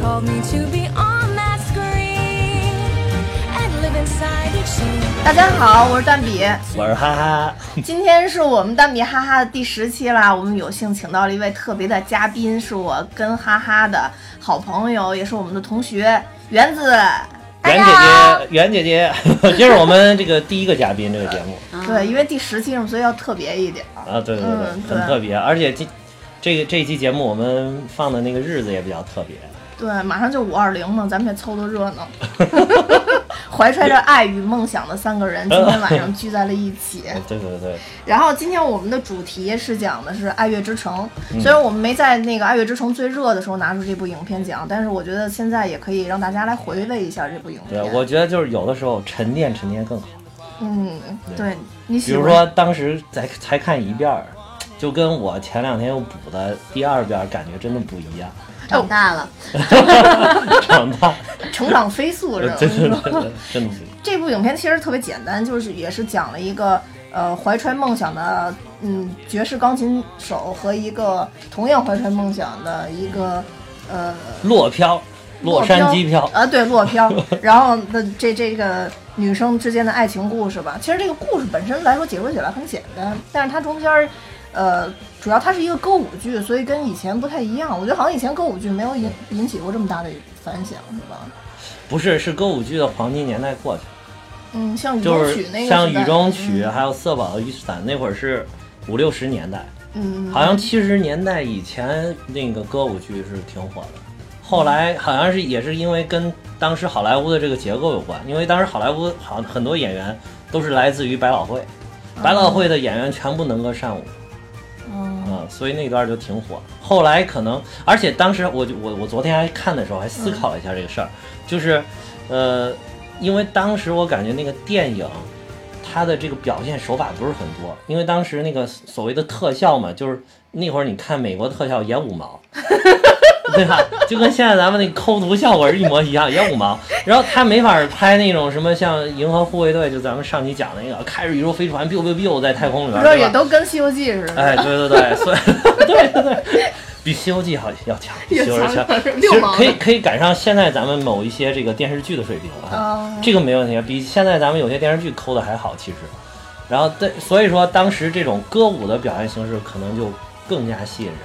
called me to be on that screen and live inside each scene. 大家好，我是蛋比，我是哈哈，今天是我们蛋比哈哈的第十期啦。我们有幸请到了一位特别的嘉宾，是我跟哈哈的好朋友，也是我们的同学园子。哎袁姐姐，袁姐姐， 这是我们这个第一个嘉宾这个节目对，因为第十期嘛，所以要特别一点。啊，对对对，嗯对很特别，而且这这个这一期节目我们放的那个日子也比较特别，对，马上就五二零了，咱们也凑凑热 闹。怀揣着爱与梦想的三个人，今天晚上聚在了一起。对对对，然后今天我们的主题是讲的是《爱乐之城》，嗯虽然我们没在那个《爱乐之城》最热的时候拿出这部影片讲，但是我觉得现在也可以让大家来回味一下这部影对片。我觉得就是有的时候沉淀沉淀更好，嗯，对你比喜如欢哦说当时才才看一遍儿，就跟我前两天又补的第二遍儿感觉真的不一样， 长大了，长大，成长飞速 是吧？真的真的真的不一样，这部影片其实特别简单，就是也是讲了一个呃怀揣梦想的嗯爵士钢琴手和一个同样怀揣梦想的一个呃落飘，洛杉矶飘啊、，对，落飘。然后的这这个女生之间的爱情故事吧，其实这个故事本身来说解说起来很简单，但是它中间儿，呃，主要它是一个歌舞剧，所以跟以前不太一样。我觉得好像以前歌舞剧没有引引起过这么大的反响，是吧？不是是歌舞剧的黄金年代过去了。嗯，像雨就中曲是那个像时代嗯雨中曲，还有色宝的雨伞，那会儿是五六十年代，嗯，好像七十年代以前那个歌舞剧是挺火的。后来好像是也是因为跟当时好莱坞的这个结构有关，因为当时好莱坞好很多演员都是来自于百老汇，百哦老汇的演员全部能歌善舞，嗯嗯，所以那段就挺火。后来可能，而且当时我就我我昨天还看的时候还思考了一下这个事儿，就是，呃，因为当时我感觉那个电影，它的这个表现手法不是很多，因为当时那个所谓的特效嘛，就是那会儿你看美国特效也五毛。 对吧？就跟现在咱们那抠图效果是一模一样，也五毛。 然后他没法拍那种什么像《银河护卫队》，就咱们上期讲那个开着宇宙飞船，biu biu biu 在太空里不边，知道对吧也都跟《西游记》似的，哎，对对对，所以 对对对，比《西游记》好要强，比《西游记》强，其六实毛可以可以赶上现在咱们某一些这个电视剧的水平啊哦，这个没问题，比现在咱们有些电视剧抠的还好，其实。然后对，所以说当时这种歌舞的表现形式可能就更加吸引人。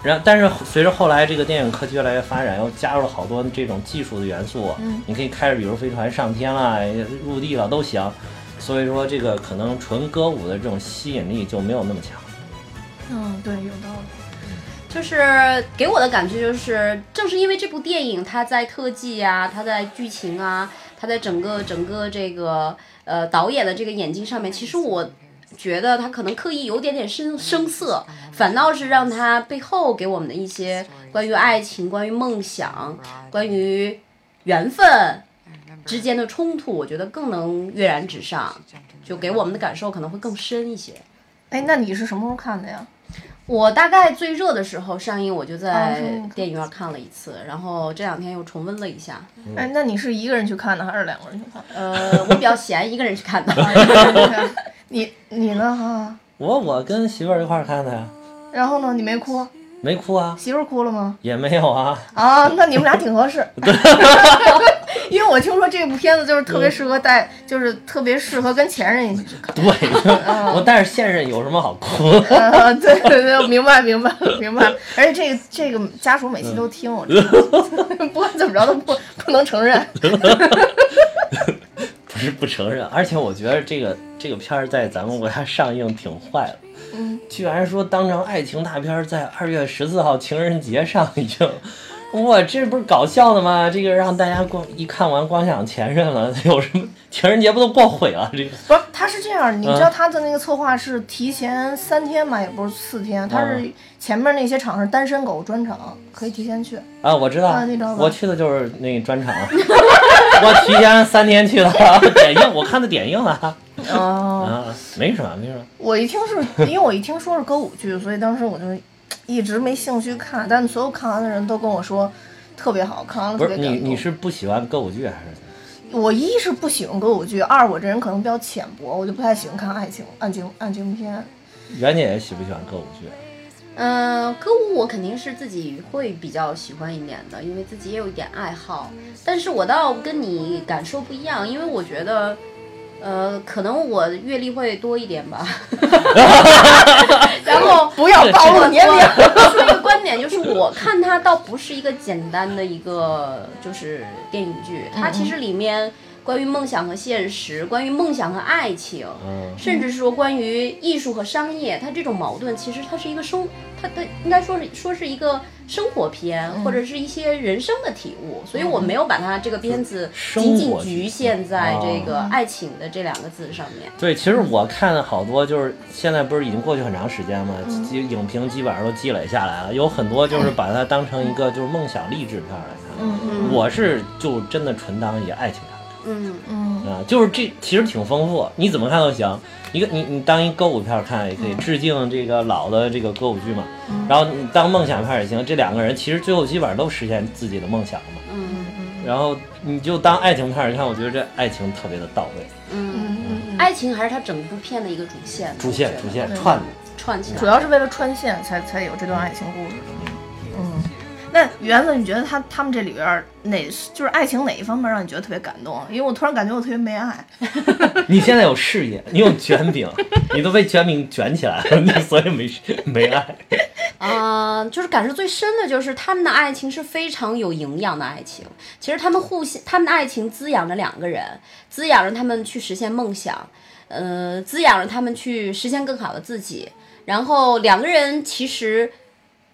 然后，但是随着后来这个电影科技越来越发展，又加入了好多这种技术的元素，你可以开着比如飞船上天啦、入地了都行。所以说这个可能纯歌舞的这种吸引力就没有那么强。嗯，对，有道理。就是给我的感觉就是，正是因为这部电影，它在特技啊，它在剧情啊，它在整个整个这个呃导演的这个眼睛上面，其实我觉得他可能刻意有点点生生涩，反倒是让他背后给我们的一些关于爱情、关于梦想、关于缘分之间的冲突，我觉得更能跃然纸上，就给我们的感受可能会更深一些。哎，那你是什么时候看的呀？我大概最热的时候上映，我就啊在上映看电影院看了一次，然后这两天又重温了一下。哎，那你是一个人去看的，还是两个人去看的？呃，我比较闲，一个人去看的。 你你呢？哈，我我跟媳妇儿一块儿看的呀，然后呢？你没哭？没哭啊，媳妇儿哭了吗？也没有啊， 啊，那你们俩挺合适。因为我听说这部片子就是特别适合带，就是特别适合跟前任一起去看。 对，我但是现任有什么好哭？啊，对对对，明白明白明白。而且这个这个家属每期都听，我知道 不管怎么着都不不能承认。 不是不承认，而且我觉得这个这个片儿在咱们国家上映挺坏的，嗯，居然说当成爱情大片儿在二月十四号情人节上映。 哇，这不是搞笑的吗？这个让大家光一看完光想前任了， 有什么情人节不都过毁了？这个不是，他是这样，你知道他的那个策划是提前三天吧，也不是四天，他是前面那些场是单身狗专场，可以提前去。啊，我知道，啊你知道吧我去的就是那专场， 我提前三天去的， 点映，我看的点映了哦，啊，没什么，没什么。我一听是 因为我一听说是歌舞剧，所以当时我就一直没兴趣看，但所有看完的人都跟我说特别好，看完了不特是别你感动。你是不喜欢歌舞剧还是？我一是不喜欢歌舞剧，二我这人可能比较浅薄，我就不太喜欢看爱情、爱情、爱情片。袁姐姐喜不喜欢歌舞剧？嗯，歌舞我肯定是自己会比较喜欢一点的，因为自己也有一点爱好。但是我倒跟你感受不一样，因为我觉得，呃，可能我阅历会多一点吧。 然后不要哦暴露年龄。我 说一个观点，就是我看它倒不是一个简单的一个就是电影剧，它其实里面关于梦想和现实，关于梦想和爱情，嗯，甚至说关于艺术和商业，它这种矛盾其实它是一个生，它它应该说是说是一个生活片，或者是一些人生的体悟，所以我没有把它这个片子生仅仅活局剧限在这个爱情的这两个字上面。对，其实我看好多就是现在不是已经过去很长时间嘛，嗯基影评基本上都积累下来了，有很多就是把它当成一个就是梦想励志片儿来看。嗯嗯我是就真的纯当一爱情片嗯嗯，儿啊，就是这其实挺丰富，你怎么看都行。一个你你当一歌舞片儿看也可以，致敬这个老的这个歌舞剧嘛，然后你当梦想片儿也行。这两个人其实最后基本上都实现自己的梦想了嘛。嗯然后你就当爱情片儿看，我觉得这爱情特别的到位，嗯，爱情还是它整部片的一个主线。主我线觉主得线串的。串起来。主要是为了穿线才才有这段爱情故事。嗯，那园子，你觉得他他们这里边儿哪就是爱情哪一方面让你觉得特别感动？啊因为我突然感觉我特别没爱。你现在有事业，你有卷饼，你都被卷饼卷起来了，你所以没没爱。啊、就是感受最深的就是他们的爱情是非常有营养的爱情。其实他们互相，他们的爱情滋养着两个人，滋养着他们去实现梦想，呃，滋养着他们去实现呃更好的自己。然后两个人其实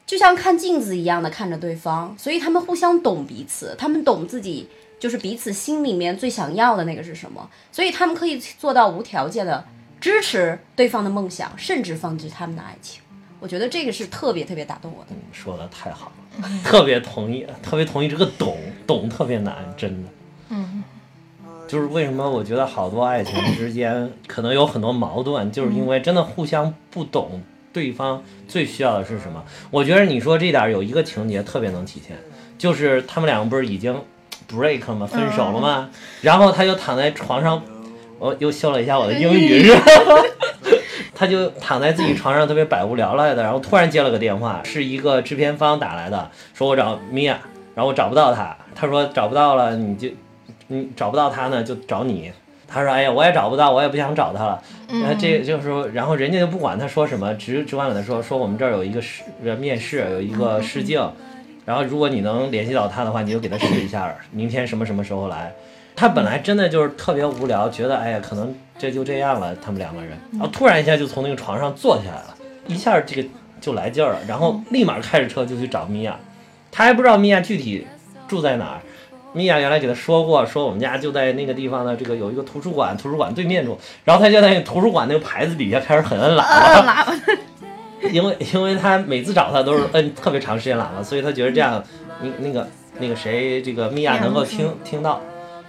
就像看镜子一样的看着对方，所以他们互相懂彼此，他们懂自己就是彼此心里面最想要的那个是什么，所以他们可以做到无条件的支持对方的梦想，甚至放弃他们的爱情。我觉得这个是特别特别打动我的。嗯说的太好了，特别同意，特别同意这个懂懂特别难，真的。嗯，就是为什么我觉得好多爱情之间可能有很多矛盾，就是因为真的互相不懂对方最需要的是什么。我觉得你说这点儿有一个情节特别能体现，就是他们两个不是已经 break 了吗？分手了吗？然后他就躺在床上，我又修了一下我的英语，是吧？他就躺在自己床上特别百无聊赖的，然后突然接了个电话，是一个制片方打来的，说我找米娅，然后我找不到她，他说找不到了你就，你找不到她呢就找你。他说：“哎呀，我也找不到，我也不想找她了。然后这这个时候，然后人家就不管他说什么，只只管跟他说说我们这儿有一个试呃面试，有一个试镜，然后如果你能联系到他的话，你就给他试一下，明天什么什么时候来。他本来真的就是特别无聊，觉得哎呀，可能这就这样了，他们两个人，然后突然一下就从那个床上坐起来了，一下这个就来劲儿了，然后立马开着车就去找米娅，他还不知道米娅具体住在哪儿。米娅原来给他说过，说我们家就在那个地方的这个有一个图书馆，图书馆对面住，然后他就在那个图书馆那个牌子底下开始狠摁喇叭，嗯，喇叭。因为因为他每次找他都是摁特别长时间喇叭，所以他觉得这样，你那个那个谁，这个米娅能够听听到，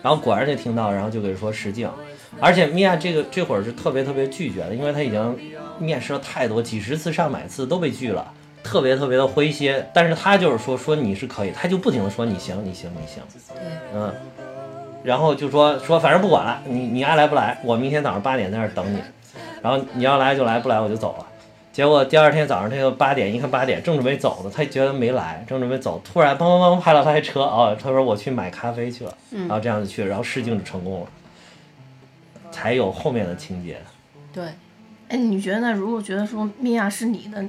然后果然就听到，然后就给说试镜，而且米娅这个这会儿是特别特别拒绝的，因为她已经面试了太多，几十次上百次都被拒了。特别特别的灰心，但是她就是说说你是可以，她就不停的说你行你行你行，嗯，然后就说说反正不管了，你你爱来不来，我明天早上八点在那儿等 你，然后你要来就来，不来我就走了。结果第二天早上，他就八点一看八点，正准备走呢，他觉得没来，正准备走，突然梆梆梆拍了他一车哦，他说我去买咖啡去了，嗯然后这样就去了，然后试镜就成功了，才有后面的情节。对，哎，你觉得那如果觉得说米娅是你的，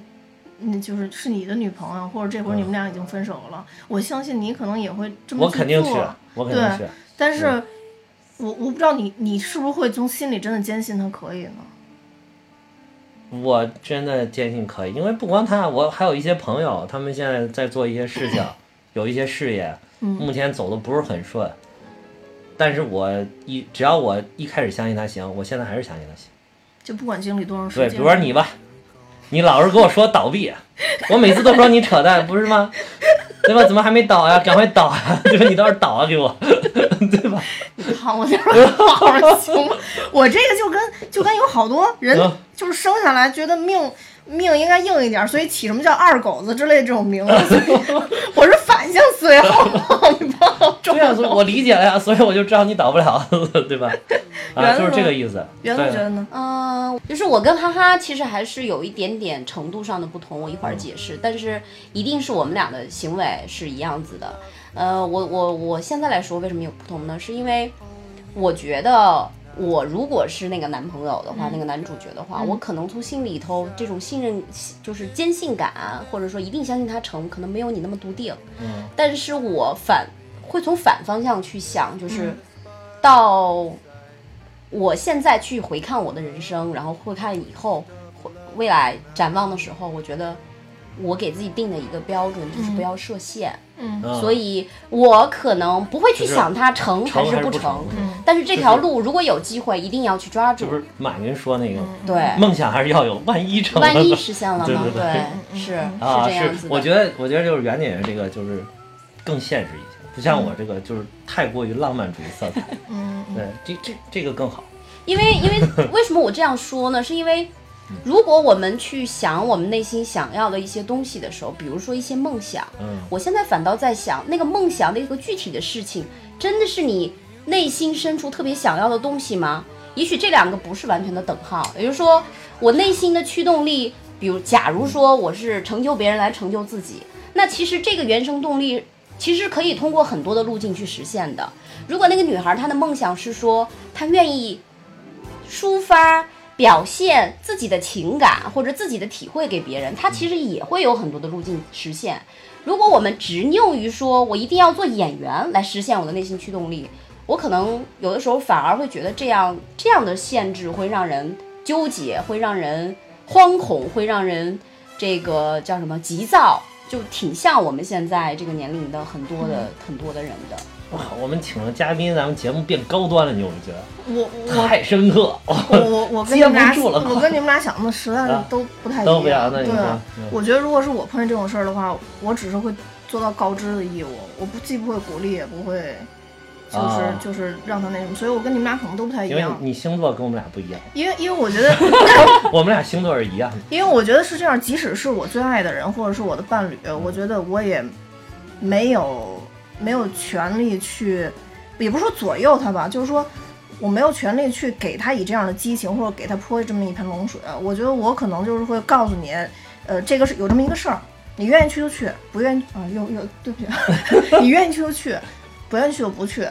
嗯，就是是你的女朋友，或者这会儿你们俩已经分手了，我相信你可能也会这么嗯我肯定去去啊嗯做，我肯对定去。但是，我我不知道你你是不是会从心里真的坚信他可以呢？我真的坚信可以，因为不光他，我还有一些朋友，他们现在在做一些事情，有一些事业，目前走的不是很顺。但是我一只要我一开始相信他行，我现在还是相信他行。就不管经历多长时对，间，比如说你吧，你老是跟我说倒闭，我每次都说你扯淡，不是吗？对吧？怎么还没倒呀？ 赶快倒啊！对吧？你倒是倒啊，给我，对吧？好，我这好 好行吧。我这个就跟就跟有好多人嗯就是生下来觉得命命应该硬一点，所以起什么叫二狗子之类这种名字， 所以我是反向思维，好不好？你不要中对啊呀、 所以我理解了呀，所以我就知道你倒不了， 对吧？啊，原就是子这个意思。原子对啊觉得呢？嗯，就是我跟哈哈其实还是有一点点程度上的不同，我一会儿解释，但是一定是我们俩的行为是一样子的。呃，我我我现在来说为什么有不同呢？是因为我觉得我如果是那个男朋友的话，那个男主角的话，我可能从心里头这种信任，就是坚信感，啊或者说一定相信他成，可能没有你那么笃定。嗯，但是我反会从反方向去想，就是到我现在去回看我的人生，然后会看以后会未来展望的时候，我觉得我给自己定的一个标准就是不要设限，嗯所以我可能不会去想它成成是还是不不成？但是这条路如果有机会，一定要去抓这住不。是马云说那个对，梦想还是要有，万一成了万一呢实现了对呢对？对是是啊，这样子我的。觉得，我觉得就是袁姐这个就是更现实一些，不像我这个就是太过于浪漫主义色彩。嗯，对，这这这个更好。因为因为为什么我这样说呢？是因为如果我们去想我们内心想要的一些东西的时候，比如说一些梦想，嗯我现在反倒在想那个梦想的一个具体的事情，真的是你内心深处特别想要的东西吗？也许这两个不是完全的等号，也就是说，我内心的驱动力，比如假如说我是成就别人来成就自己，那其实这个原生动力其实可以通过很多的路径去实现的。如果那个女孩她的梦想是说她愿意抒发、啊表现自己的情感或者自己的体会给别人，它其实也会有很多的路径实现。如果我们执拗于说我一定要做演员来实现我的内心驱动力，我可能有的时候反而会觉得这样这样的限制会让人纠结，会让人惶恐，会让人这个叫什么急躁，就挺像我们现在这个年龄的很多的、很多的人的。哇，我们请了嘉宾，咱们节目变高端了，你有没有觉得？我 我太深刻。嗯我我我跟你们俩接不住了我跟你们俩想的实在是啊都不太都一不一样那你对啊说嗯，我觉得如果是我碰见这种事儿的话，我只是会做到告知的义务，我不既不会鼓励，也不会。就是、啊就是让他那什么，所以我跟你们俩可能都不太一因为样，你星座跟我们俩不一样， 因为因为我觉得我们俩星座是一样的。因为我觉得是这样，即使是我最爱的人或者是我的伴侣，嗯我觉得我也没有没有权利去，也不是说左右他吧，就是说我没有权利去给他以这样的激情或者给他泼这么一盆冷水。我觉得我可能就是会告诉你，呃，这个是有这么一个事儿，你愿意去就去，不愿意啊，又又对不起， 你愿意去就去，不愿意去就不去。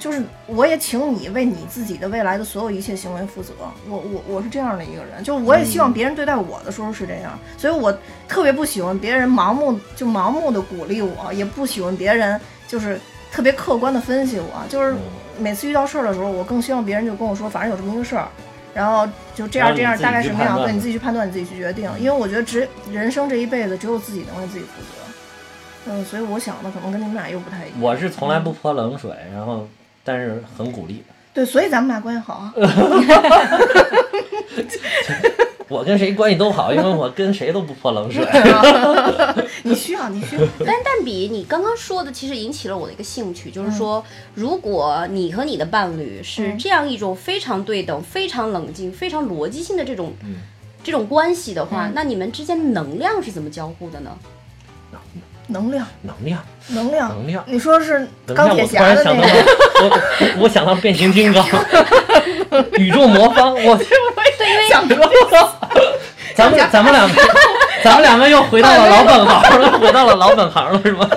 就是我也请你为你自己的未来的所有一切行为负责。我我我是这样的一个人，就是我也希望别人对待我的时候是这样，所以我特别不喜欢别人盲目就盲目的鼓励我，也不喜欢别人就是特别客观的分析我。嗯就是嗯每次遇到事儿的时候，我更希望别人就跟我说，反正有这么一个事儿。然后就这样，让你这样自己大概去什么样？判断对你自己去判断，你自己去决定。因为我觉得只人生这一辈子，只有自己能为自己负责。嗯，所以我想的可能跟你们俩又不太一样。我是从来不泼冷水，然后但是很鼓励。对，所以咱们俩关系好啊。 我跟谁关系都好，因为我跟谁都不泼冷嗯水。你需要，你需要。但但比你刚刚说的，其实引起了我的一个兴趣，就是说，如果你和你的伴侣是嗯这样一种非常对等、非常冷静、非常逻辑性的这种、嗯这种关系的话，那你们之间能量是怎么交互的呢？能量，能量，能量，能量你说是等一钢下，铁我突侠然的想到那了个？，我我我想到变形金刚，宇宙魔方，我想说， 咱们咱们两个，咱们两个又回到了老本行了，回到了老本行了，是吗？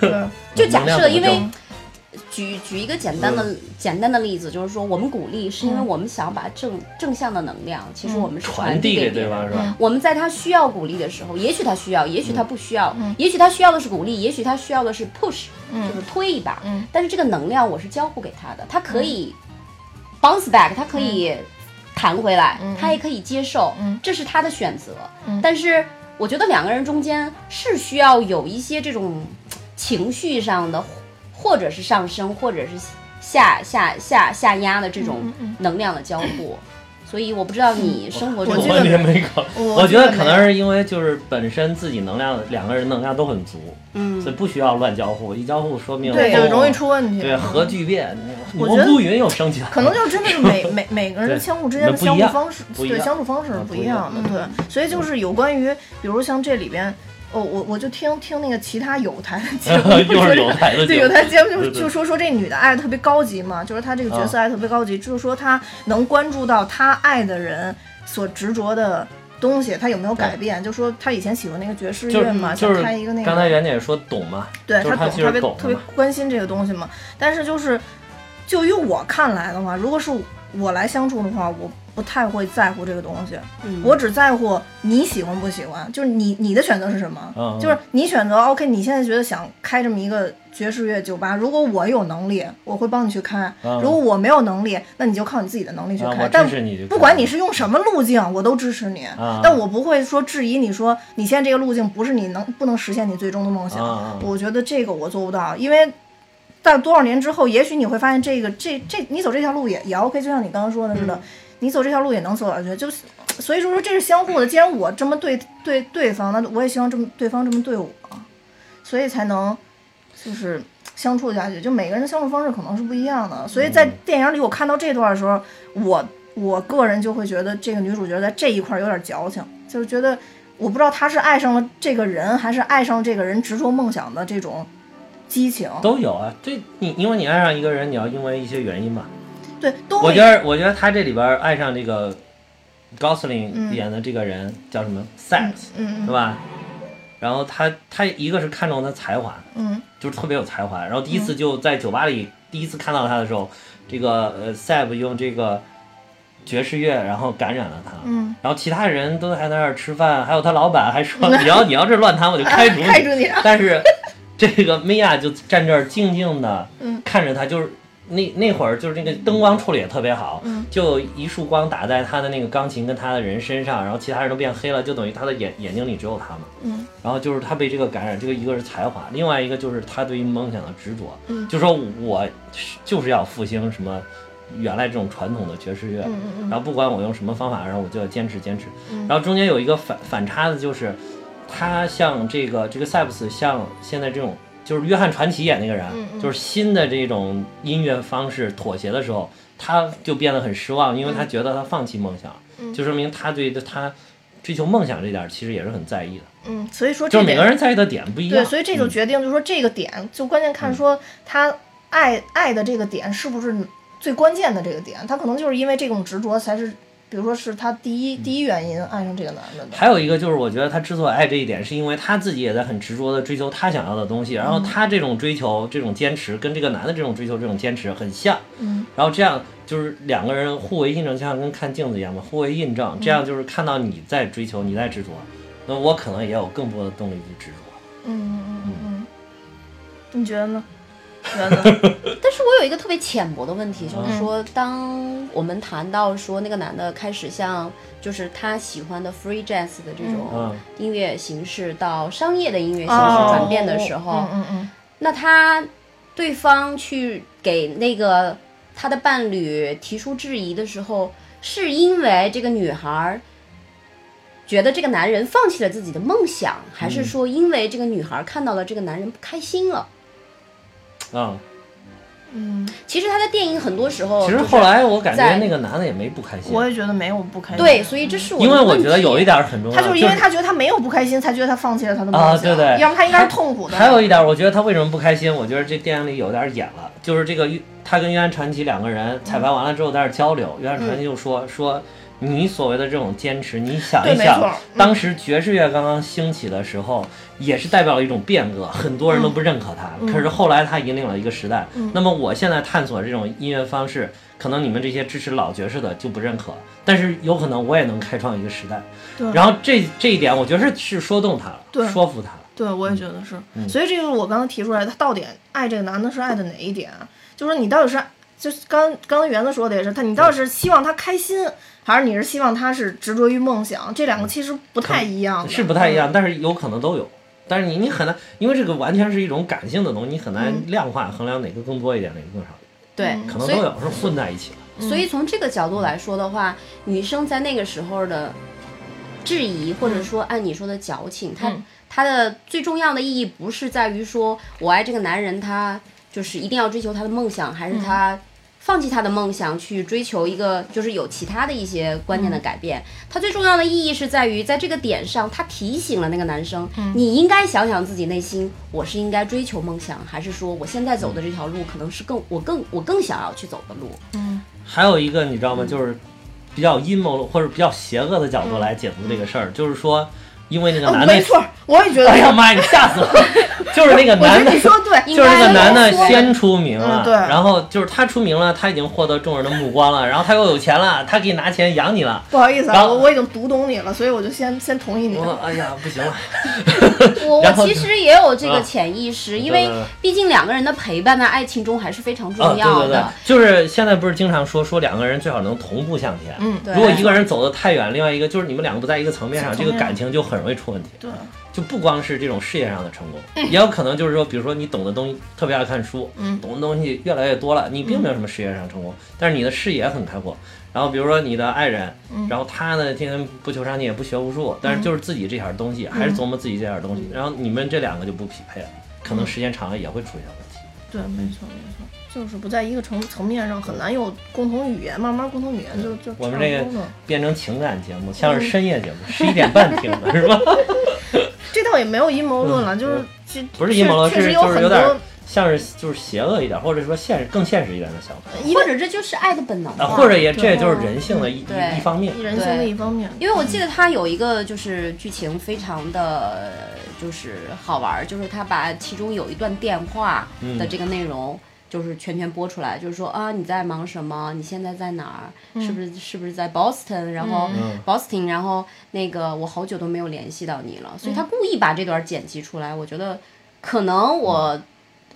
对就假设，因为能量举举一个简单嗯的、简单的例子，就是说，我们鼓励是因为我们想把正正向的能量，其实我们是怎么传递给给别对人方是吧？我们在他需要鼓励的时候，也许他需要，也许他不需要，也许他需要的是鼓励，也许他需要的是 push，、就是推一把。嗯但是这个能量我是交互给他的，他可以 bounce back，他可以弹回来，他也可以接受，这是他的选择。但是我觉得两个人中间是需要有一些这种情绪上的，或者是上升，或者是下下下下压的这种能量的交互。所以我不知道你生活中嗯我记我得也没搞，我我觉得可没有能是因为就是本身自己能量两个人能量都很足，嗯所以不需要乱交互，一交互说明对，就哦容易出问题。对核聚变，我蘑觉得菇云又升起来了，可能就真的是 每每每个人哦对相互之间的那不相一互样方式，不一对样相处方式是嗯不不一一样的，样对，所以就是有关于，比如像这里边，哦，我我就听听那个其他有台的节目， 又是有台 的对，节有目台节目就对啊对就说说这女的爱得特别高级嘛，就是她这个角色爱得特别高级，就是说她能关注到她爱的人所执着的东西，她有没有改变？就说她以前喜欢那个爵士就乐是嘛，就想是开一个那个。刚才袁姐说懂嘛，对就是他他懂，其特实别懂特的别嘛，关心这个东西嘛。但是就是，就于我看来的话，如果是我来相处的话，我不太会在乎这个东西，嗯我只在乎你喜欢不喜欢，就是你你的选择是什么，嗯嗯就是你选择 OK，你现在觉得想开这么一个爵士乐酒吧，如果我有能力，我会帮你去开；嗯如果我没有能力，那你就靠你自己的能力去啊开。我但支持你就不可管以你是用什么路径，我都支持你，啊但我不会说质疑你说你现在这个路径不是你能不能实现你最终的梦想。啊啊我觉得这个我做不到，因为在多少年之后，也许你会发现这个这这你走这条路也也 OK，就像你刚刚说的似的，你走这条路也能走下去，就是所以说说这是相互的。既然我这么对对对方，那我也希望这么对方这么对我，所以才能就是相处下去。就每个人的相处方式可能是不一样的，所以嗯在电影里我看到这段的时候，我我个人就会觉得这个女主角在这一块儿有点矫情，就是觉得我不知道她是爱上了这个人，还是爱上这个人执着梦想的这种激情，都有啊。这你因为你爱上一个人，你要因为一些原因嘛。对，都我会觉得我觉得他这里边儿爱上这个 Gosling 嗯演的这个人、叫什么 Sex，嗯对吧？然后他他一个是看中他才华，嗯就是特别有才华。然后第一次就在酒吧里，第一次看到他的时候，这个呃 Seb 用这个爵士乐，然后感染了他。嗯，然后其他人都还在那儿吃饭，还有他老板还说：“你要你要这乱弹，我就开除你。 开除你啊但是这个米娅就站这儿静静的嗯看着他，就是那那会儿就是那个灯光处理也特别好，嗯就一束光打在他的那个钢琴跟他的人身上，然后其他人都变黑了，就等于他的眼眼睛里只有他嘛。嗯然后就是他被这个感染，这个一个是才华，另外一个就是他对于梦想的执着，嗯就说我是就是要复兴什么原来这种传统的爵士乐，嗯嗯嗯然后不管我用什么方法，然后我就要坚持坚持。嗯然后中间有一个反反差的就是，他像这个这个塞普斯像现在这种就是约翰传奇演那个人，嗯嗯就是新的这种音乐方式妥协的时候，他就变得很失望，因为嗯他觉得他放弃梦想，就说明他对他追求梦想这点儿其实也是很在意的，嗯，所以说就这是每点个人在意的点不一样。对，嗯所以这就决定，就是说这个点，就关键看说他爱爱的这个点是不是最关键的这个点，他可能就是因为这种执着才是，比如说是他第一第一原因爱上这个男的的。嗯还有一个就是，我觉得他之所以爱这一点，是因为他自己也在很执着的追求他想要的东西，然后他这种追求、这种坚持，跟这个男的这种追求、这种坚持很像。嗯，然后这样就是两个人互为印证，就像跟看镜子一样嘛，互为印证。这样就是看到你在追求，你在执着，那我可能也有更多的动力去执着。嗯嗯嗯嗯，哦你觉得 呢？觉得呢？但是我有一个特别浅薄的问题，就是说，当我们谈到说那个男的开始向就是他喜欢的 free jazz 的这种嗯音乐形式到商业的音乐形式哦转变的时候，嗯嗯那他对方去给那个他的伴侣提出质疑的时候，是因为这个女孩儿觉得这个男人放弃了自己的梦想，还是说因为这个女孩儿看到了这个男人不开心了？啊、嗯其实他的电影很多时候嗯其就是，实后来我感在觉那个男的也没不开嗯，心，我也觉得没有不开心。对，，所以这是我的因为我问觉得题有一点很重要，他就是因为是他觉得他没有不开心，才觉得他放弃了他的梦嗯啊想。对对要么他应该是痛苦的。还有一点，我觉得他为什么不开心？我觉得这电影里有点演了，就是这个嗯约他跟约翰传奇两个人彩排完了之后在那儿交流，约翰传奇就说、说你所谓的这种坚持，你想嗯对一没想错嗯，当时爵士乐刚刚兴起的时候，也是代表了一种变革，很多人都不认可他，嗯可是后来他引领了一个时代。那么我现在探索这种音乐方式。可能你们这些支持老爵士的就不认可，但是有可能我也能开创一个时代。对然后这这一点，我觉得是是说动他对啊了，说服他了。对，我也觉得是。嗯所以这就是我刚刚提出来，他到底爱这个男的是爱的哪一点啊？就说你到底是，就是刚刚刚园子说的也是，他你到底是希望他开心，还是你是希望他是执着于梦想？这两个其实不太一样的，嗯是不太一样，但是有可能都有。但是你你很难，因为这个完全是一种感嗯性的东西，你很难量化衡量哪个更多一点，哪个更少一点，对，可能所以都有是混在一起了。所以从这个角度来说的话，女生在那个时候的质疑，或者说按你说的矫情，她嗯她的最重要的意义不是在于说我爱这个男人，他就是一定要追求他的梦想，还是他放弃他的梦想去追求一个就是有其他的一些观念的改变。它最重要的意义是在于在这个点上，他提醒了那个男生，你应该想想自己内心，我是应该追求梦想，还是说我现在走的这条路可能是更我更我更想要去走的路？还有一个你知嗯道吗？就是比较阴谋或者比较邪恶的角度来解读这个事儿，就是说，因为那个男的，哦嗯没错，我也觉得。哎呀妈呀，你吓 死我！就是那个我觉男得的你，说得对，就是那个男的应该先出名了，嗯对然后就是他出名了，他已经获得众人的目光了，然后他又有钱了，他可以拿钱养你了。不好意思然啊，后我我已经读懂你了，所以我就先先同意你我。哎呀，不行了，我我然后其实也有这个啊潜意识，因对为对对毕竟两个人的陪伴在爱情中还是非常啊，重对要对对的。，就是现在不是经常说说两个人最好能同步向前，嗯对如果一个人走得太远，另外一个就是你们两个不在一个层面上，这层个面感情就很容易出问题。对，就不光是这种事业上的成功，也有可能就是说，比如说你懂的东西特别爱看书，嗯懂的东西越来越多了，你并没有什么事业上成功，但是你的视野很开阔。然后比如说你的爱人，然后他呢天天不求上进也不学无术，但是就是自己这点儿东西，还是琢磨自己这点儿东西，然后你们这两个就不匹配了，可能时间长了也会出现问题。对，没错没错，就是不在一个层层面上，很难有共同语言，慢慢共同语言就就我们差不这个多了嗯变成情感节目，像是深夜节目，十一点半听的 是吧？这倒也没有阴谋论了，就是这嗯不是阴谋论，确确是实有就是很有点多儿，像是就是邪恶一点，或者说现实更现实一点的想法因或为者这就是爱的本能吧啊，或者也这也就是对人性的一一对一方面。人性的一方面，因为我记得他有一个就是剧情非常的就是好玩儿，就是他把其中有一段电话的这个内容。就是全全播出来，就是说啊，你在忙什么？你现在在哪儿？是不嗯是是不是在 Boston？然后、Boston，然后那个我好久都没有联系到你了，所以他故意把这段剪辑出来。我觉得可能我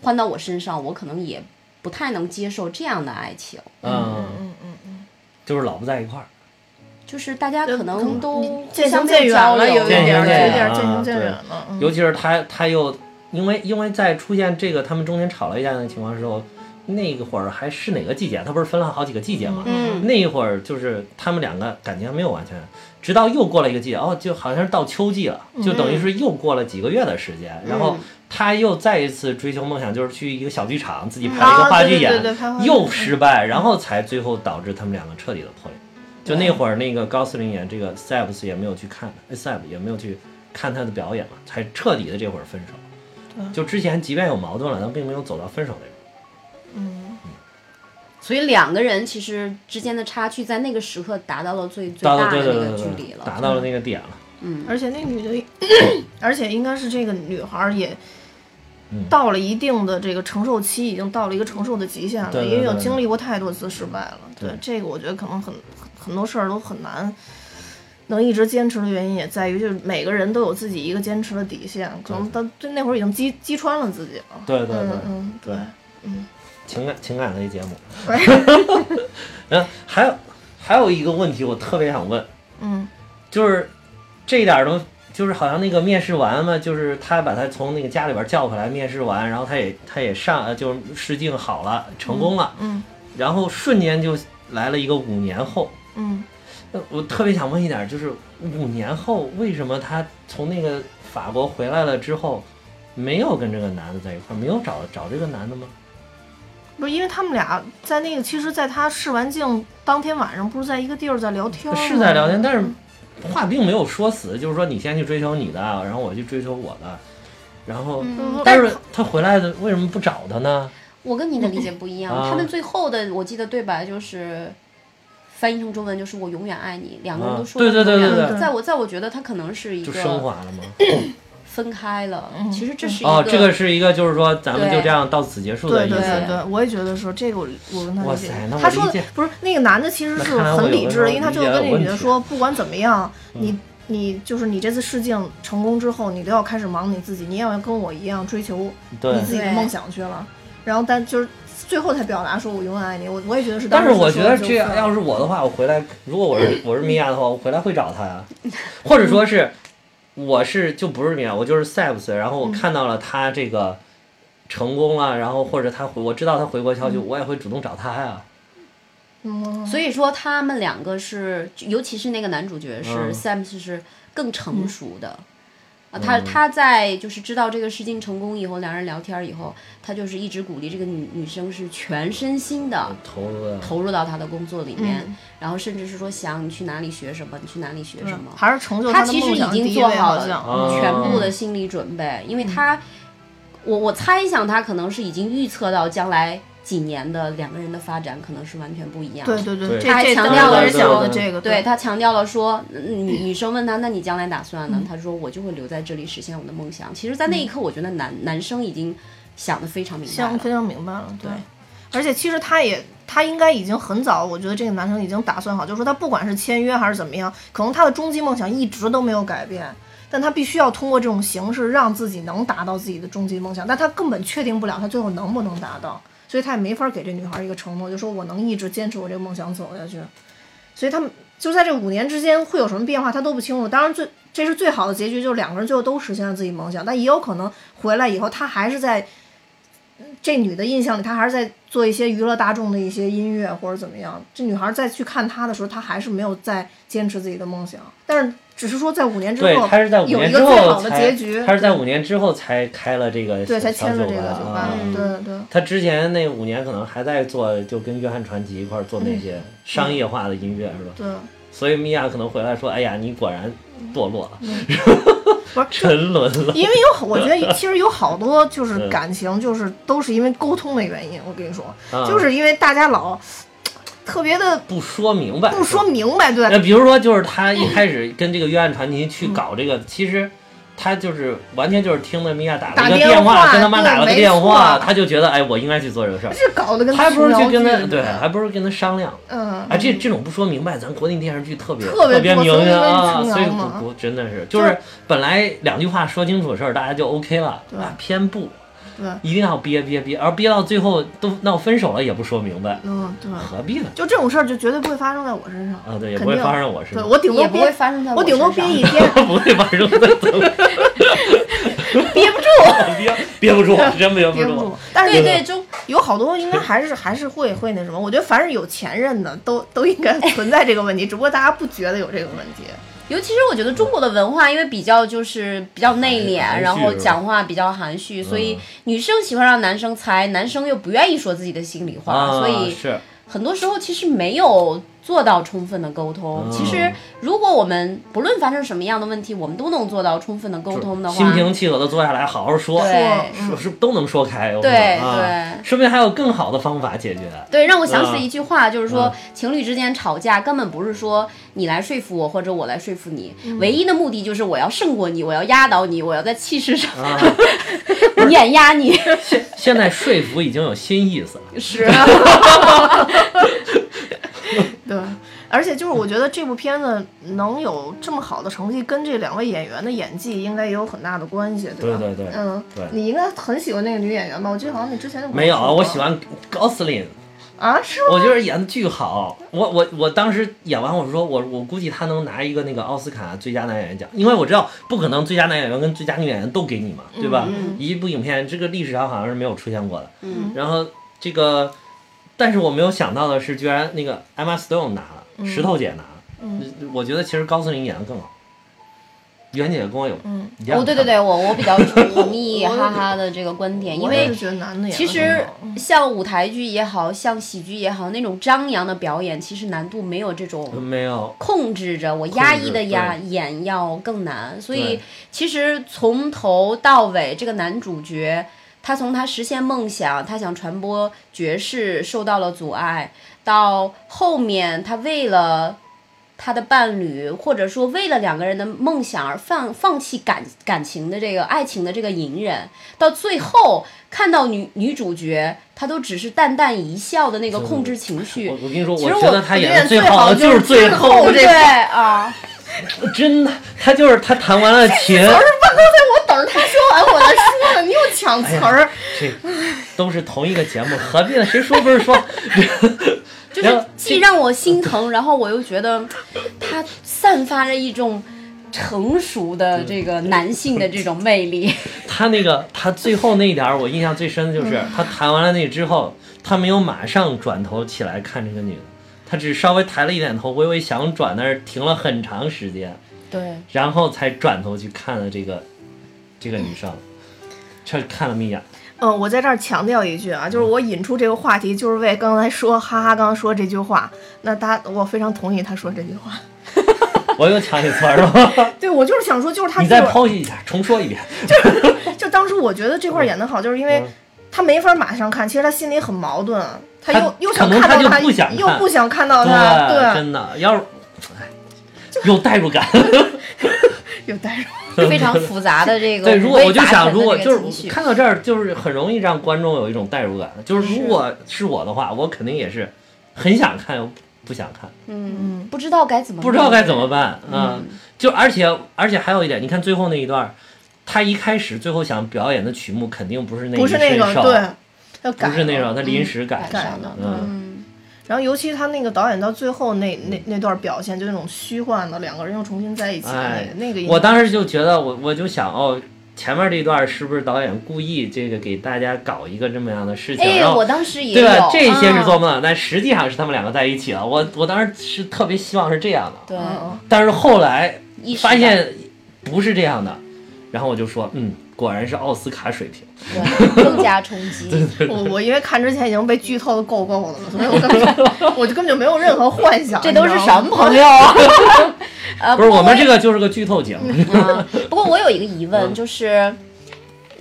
换到我身上，我可能也不太能接受这样的爱情，嗯，嗯嗯嗯，就是老不在一块儿，就是大呃家可可能能都互渐相行渐没有远交了，有流一渐点行儿有一渐点远儿渐啊行渐对远了，嗯尤其是他他又因为因为在出现这个他们中间吵了一架的情况之后，那个会儿还是哪个季节？他不是分了好几个季节嘛？嗯，那一会儿就是他们两个感情还没有完全，直到又过了一个季节，哦，就好像是到秋季了，就等于是又过了几个月的时间，然后他又再一次追求梦想，就是去一个小剧场自己拍了一个啊话对剧对演，对对拍话剧又失败，然后才最后导致他们两个彻底的破裂。就那会儿，那个高司令演这个 Steps 也没有去看，Step 也没有去看他的表演嘛，才彻底的这会儿分手。就之前即便有矛盾了，但并没有走到分手那步。所以两个人其实之间的差距在那个时刻达到了最最达到大对的那对对个距对离对，了，达到了那个点了。而且那女的， 而且应该是这个女孩儿也到了一定的这个承受期，已经到了一个承受的极限了，对对因为有对经历过太多次失败了。对对这个，我觉得可能很很多事儿都很难。能一直坚持的原因也在于，就是每个人都有自己一个坚持的底线，可能他就那会儿已经击击穿了自己了。对对对嗯嗯对对，情感情感类节 目。对，嗯，还有还有一个问题，我特别想问，嗯，就是这点儿东西，就是好像那个面试完嘛，就是他把他从那个家里边叫回来面试完，然后他也他也上呃就是试镜好了，成功了，嗯然后瞬间就来了一个五年后。嗯，那我特别想问一点儿，就是五年后为什么他从那个法国回来了之后，没有跟这个男的在一块儿，没有找找这个男的吗？不是因为他们俩在那个，其实，在他试完镜当天晚上，不是在一个地儿在聊天儿吗，是在聊天，但是话并没有说死，就是说你先去追求你的，然后我去追求我的，然后，嗯，但是他回来的为什么不找他呢？我跟你的理解不一样，啊他们最后的我记得对白就是翻译成中文就是“我永远爱你”，两个人都说啊了对对永远对对对在我在我觉得他可能是一就升个华了吗？分开了，其实这是一哦，这个是一个，就是说咱们就对这样到此结束的对意对思。对，我也觉得说这个我我跟他哇理解塞那我，他说理的解不是那个男的其实是那看来我有很理的智时候的，因为他理最后跟解有那女问的题嗯说，不管怎么样，你你就是你这次试镜成功之后，你都要开始忙你自己，你也要跟我一样追求对你自己的对梦想去了。然后但就是最后才表达说我永远爱你，我我也觉得是但当是时说我的觉就得算了，这样，要是我的话，我回来，如果我是我是米娅的话，我回来会找他呀，或者说是我是就不是米娅，我就是 Seps，然嗯后我看到了他这个啊嗯成功了，然后或者他回我知道他回国消息，我也会主动找他呀。所以说他们两个是，尤其是那个男主角是、嗯 Sam 是更嗯成熟的。啊，嗯他他在就是知道这个事情成功以后，两人聊天以后，他就是一直鼓励这个女女生是全身心的投入的，呃投入到他的工作里面，嗯然后甚至是说想你去哪里学什么，你去哪里学什么，还是成就他的其实梦已想第经一做位好好了像。嗯全部的心理准备，因为嗯他，我我猜想他可能是已经预测到将来几年的两个人的发展可能是完全不一样的。对对对对，这他还这强当调了时这想个的这个，对他强调了说，嗯女女生问他，那你将来打算嗯呢？他说我就会留在这里实现我的梦想。其实，在那一刻，我觉得男男生已经想的非常明白想了。非常明白了，对。而且其实他也，他应该已经很早，我觉得这个男生已经打算好，就是说他不管是签约还是怎么样，可能他的终极梦想一直都没有改变，但他必须要通过这种形式让自己能达到自己的终极梦想，但他根本确定不了他最后能不能达到，所以他也没法给这女孩一个承诺，就说我能一直坚持我这个梦想走下去。所以他们就在这五年之间会有什么变化，他都不清楚。当然最这是最好的结局，就是两个人最后都实现了自己梦想，但也有可能回来以后他还是在这女的印象里，她还是在做一些娱乐大众的一些音乐或者怎么样。这女孩再去看她的时候，她还是没有在坚持自己的梦想，但是只是说在五年之后，对，他是在五有一年个之最好后的才，结局，他是在五年之后才开了这个对才小签了酒这个酒吧啊，嗯对对。他之前那五年可能还在做，就跟约翰传奇一块儿做嗯那些商业化的音乐，是吧？ 对，所以米娅可能回来说：“哎呀，你果然堕落了，嗯 不是沉沦了。因为有，我觉得其实有好多就是嗯感情，就是都是因为沟通的原因。我跟你说，啊”就是因为大家老特别的 不说明白，不说明白，对那比如说，就是他一开始跟这个约翰传奇去搞这个，其实他就是完全就是听了米娅打了打一个电电话跟他妈对打了个没电话，错他就觉得哎，我应该去做这个事儿，这搞得跟还不如去跟群聊他剧似的对，还不如跟他商量。嗯，哎，这这种不说明白，咱国内电视剧特别特别别多明所以白说啊，你所崇以洋嘛不不真的是就是本来两句话说清楚的事儿，大家就 OK 了，对啊，偏不对，一定要憋憋憋，而憋到最后都闹分手了也不说明白，嗯对，何必呢？ 就这种事儿就绝对不会发生在我身上啊，对，也肯不会定发生在我身对上，我顶多也不会憋，发生在我顶多身憋上一 天，不会发生在 我憋不住， 憋憋不住，真憋不憋不住住。。但是对对，就有好多应该还是还是会会那什么，我觉得凡是有前任的都都应该存在这个问题，只不过大家不觉得有这个问题。尤其是我觉得中国的文化，因为比较就是比较内含含蓄敛，啊嗯然后是吧讲话比较含蓄，所以女生喜欢让男生猜，男生又不愿意说自己的心里话，啊，所以是很多时候其实没有做到充分的沟通。嗯其实如果我们不论发生什么样的问题，我们都能做到充分的沟通的话，心平气和的坐下来，好好说，对嗯说是都能说开。我对们啊对说不定还有更好的方法解决。对，让我想起了嗯一句话，就是说嗯情侣之间吵架根本不是说你来说服我或者我来说服你，唯一的目的就是我要胜过你，我要压倒你，我要在气势上 碾压你。现在说服已经有新意思了， 是，对，而且就是我觉得这部片子能有这么好的成绩，跟这两位演员的演技应该也有很大的关系，吧？对对对嗯，对你应该很喜欢那个女演员吧？我记得好像你之前就跟没有，啊说过我喜欢 Gosling，啊，是吗？我觉得演的巨好。我我我当时演完，我说我我估计他能拿一个那个奥斯卡最佳男演员奖，因为我知道不可能最佳男演员跟最佳女演员都给你嘛，对吧？一部影片这个历史上好像是没有出现过的。嗯然后这个，但是我没有想到的是，居然那个 Emma Stone 拿了，石头姐拿了。嗯，我觉得其实高司令演的更好。袁姐跟我有嗯一样哦，的对看对法对，我我比较同意我哈哈的这个观点，因我也为是觉得男的演得其很实好像舞台剧也好像喜剧也好，那种张扬的表演，其实难度没有这种没有，控制着我压抑的压控演要更难，所以对其实从头到尾，这个男主角他从他实现梦想，他想传播爵士受到了阻碍，到后面他为了他的伴侣，或者说为了两个人的梦想而放放弃感感情的这个爱情的这个隐忍，到最后看到女女主角，她都只是淡淡一笑的那个控制情绪我，我跟你说，其实觉得我他我觉演得的最最好好的就是是最最后后这这对啊。个，真的，他就是他弹完了琴，我等着他说完我再说呢，你又抢哎词儿。这都是同一个节目，何必呢？谁说不是说？就然是后既让我心疼，然后我又觉得他散发着一种成熟的这个男性的这种魅力。他那个他最后那一点儿，我印象嗯最深的就是他弹完了那之后，他没有马上转头起来看这个女的，他只稍微抬了一点头，微微想转，但是停了很长时间，对，然后才转头去看了这个这个女生，这看了眯眼，嗯，我在这儿强调一句啊，就是我引出这个话题，就是为刚才说哈哈刚说这句话，那他我非常同意他说这句话。我又抢你词儿了，对我就是想说，就是 他你这再会儿剖析一下，重说一遍。 就当时我觉得这块儿演的好，就是因为嗯他没法马上看，其实他心里很矛盾，啊他他又又可想能看他到就他，不想看又不想看到他，哦对，啊真的，要是哎有代入感。有代入。非常复杂的这个。 对，如果我就想，如果就情绪是看到这儿，就是很容易让观众有一种代入感。就是如果是我的话，我肯定也是很想看又不想看，嗯，不知道该怎么，不知道该怎么办。嗯，就而且而且还有一点，你看最后那一段儿，他一开始最后想表演的曲目肯定不是那不是那一个身哨对，要改不是那了种，他临时改改上了嗯，嗯，然后尤其他那个导演到最后那那那段表现，就那种虚幻的两个人又重新在一起的那哎个那个影响，我当时就觉得我，我就想哦。前面这段是不是导演故意这个给大家搞一个这么样的事情？哎然，后我当时也对吧有？这些是做啊梦的，但实际上是他们两个在一起了。我我当时是特别希望是这样的，对，嗯但是后来意识到发现不是这样的，然后我就说，嗯，果然是奥斯卡水平。对更加冲 击，嗯我我因为看之前已经被剧透的够够了，所以我根本我就 根本就没有任何幻想，这都你是知道吗什么朋 友啊？呃，不是过我们也这个就是个剧透节目， 啊，不过我有一个疑嗯问，就是，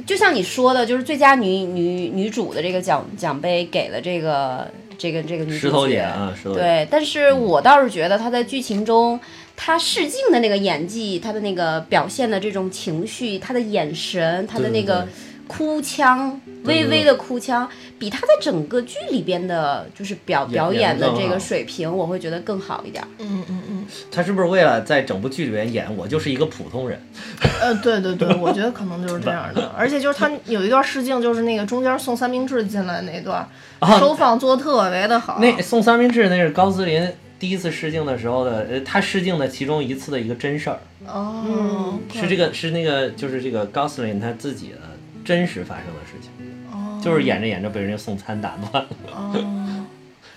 就像你说的，就是最佳女女女主的这个奖奖杯给了这个这个这个女主角石头姐啊，石头姐，对，但是我倒是觉得她在剧情中，她试镜的那个演技，她的那个表现的这种情绪，她的眼神，她的那对个对哭腔，对微微的哭腔，比她在整个剧里边的，就是表演表演的演得这更好个水平，我会觉得更好一点。嗯嗯嗯，她是不是为了在整部剧里面演我就是一个普通人？呃，对对 对，我觉得可能就是这样的，而且就是他有一段试镜，就是那个中间送三明治进来那段，啊收放做得特别的啊好，那送三明治那是高斯林第一次试镜的时候的，呃，他试镜的其中一次的一个真事儿，哦，是这个是那个就是这个 Gosling 他自己的真实发生的事情，就是演着演着被人家送餐打断了，哦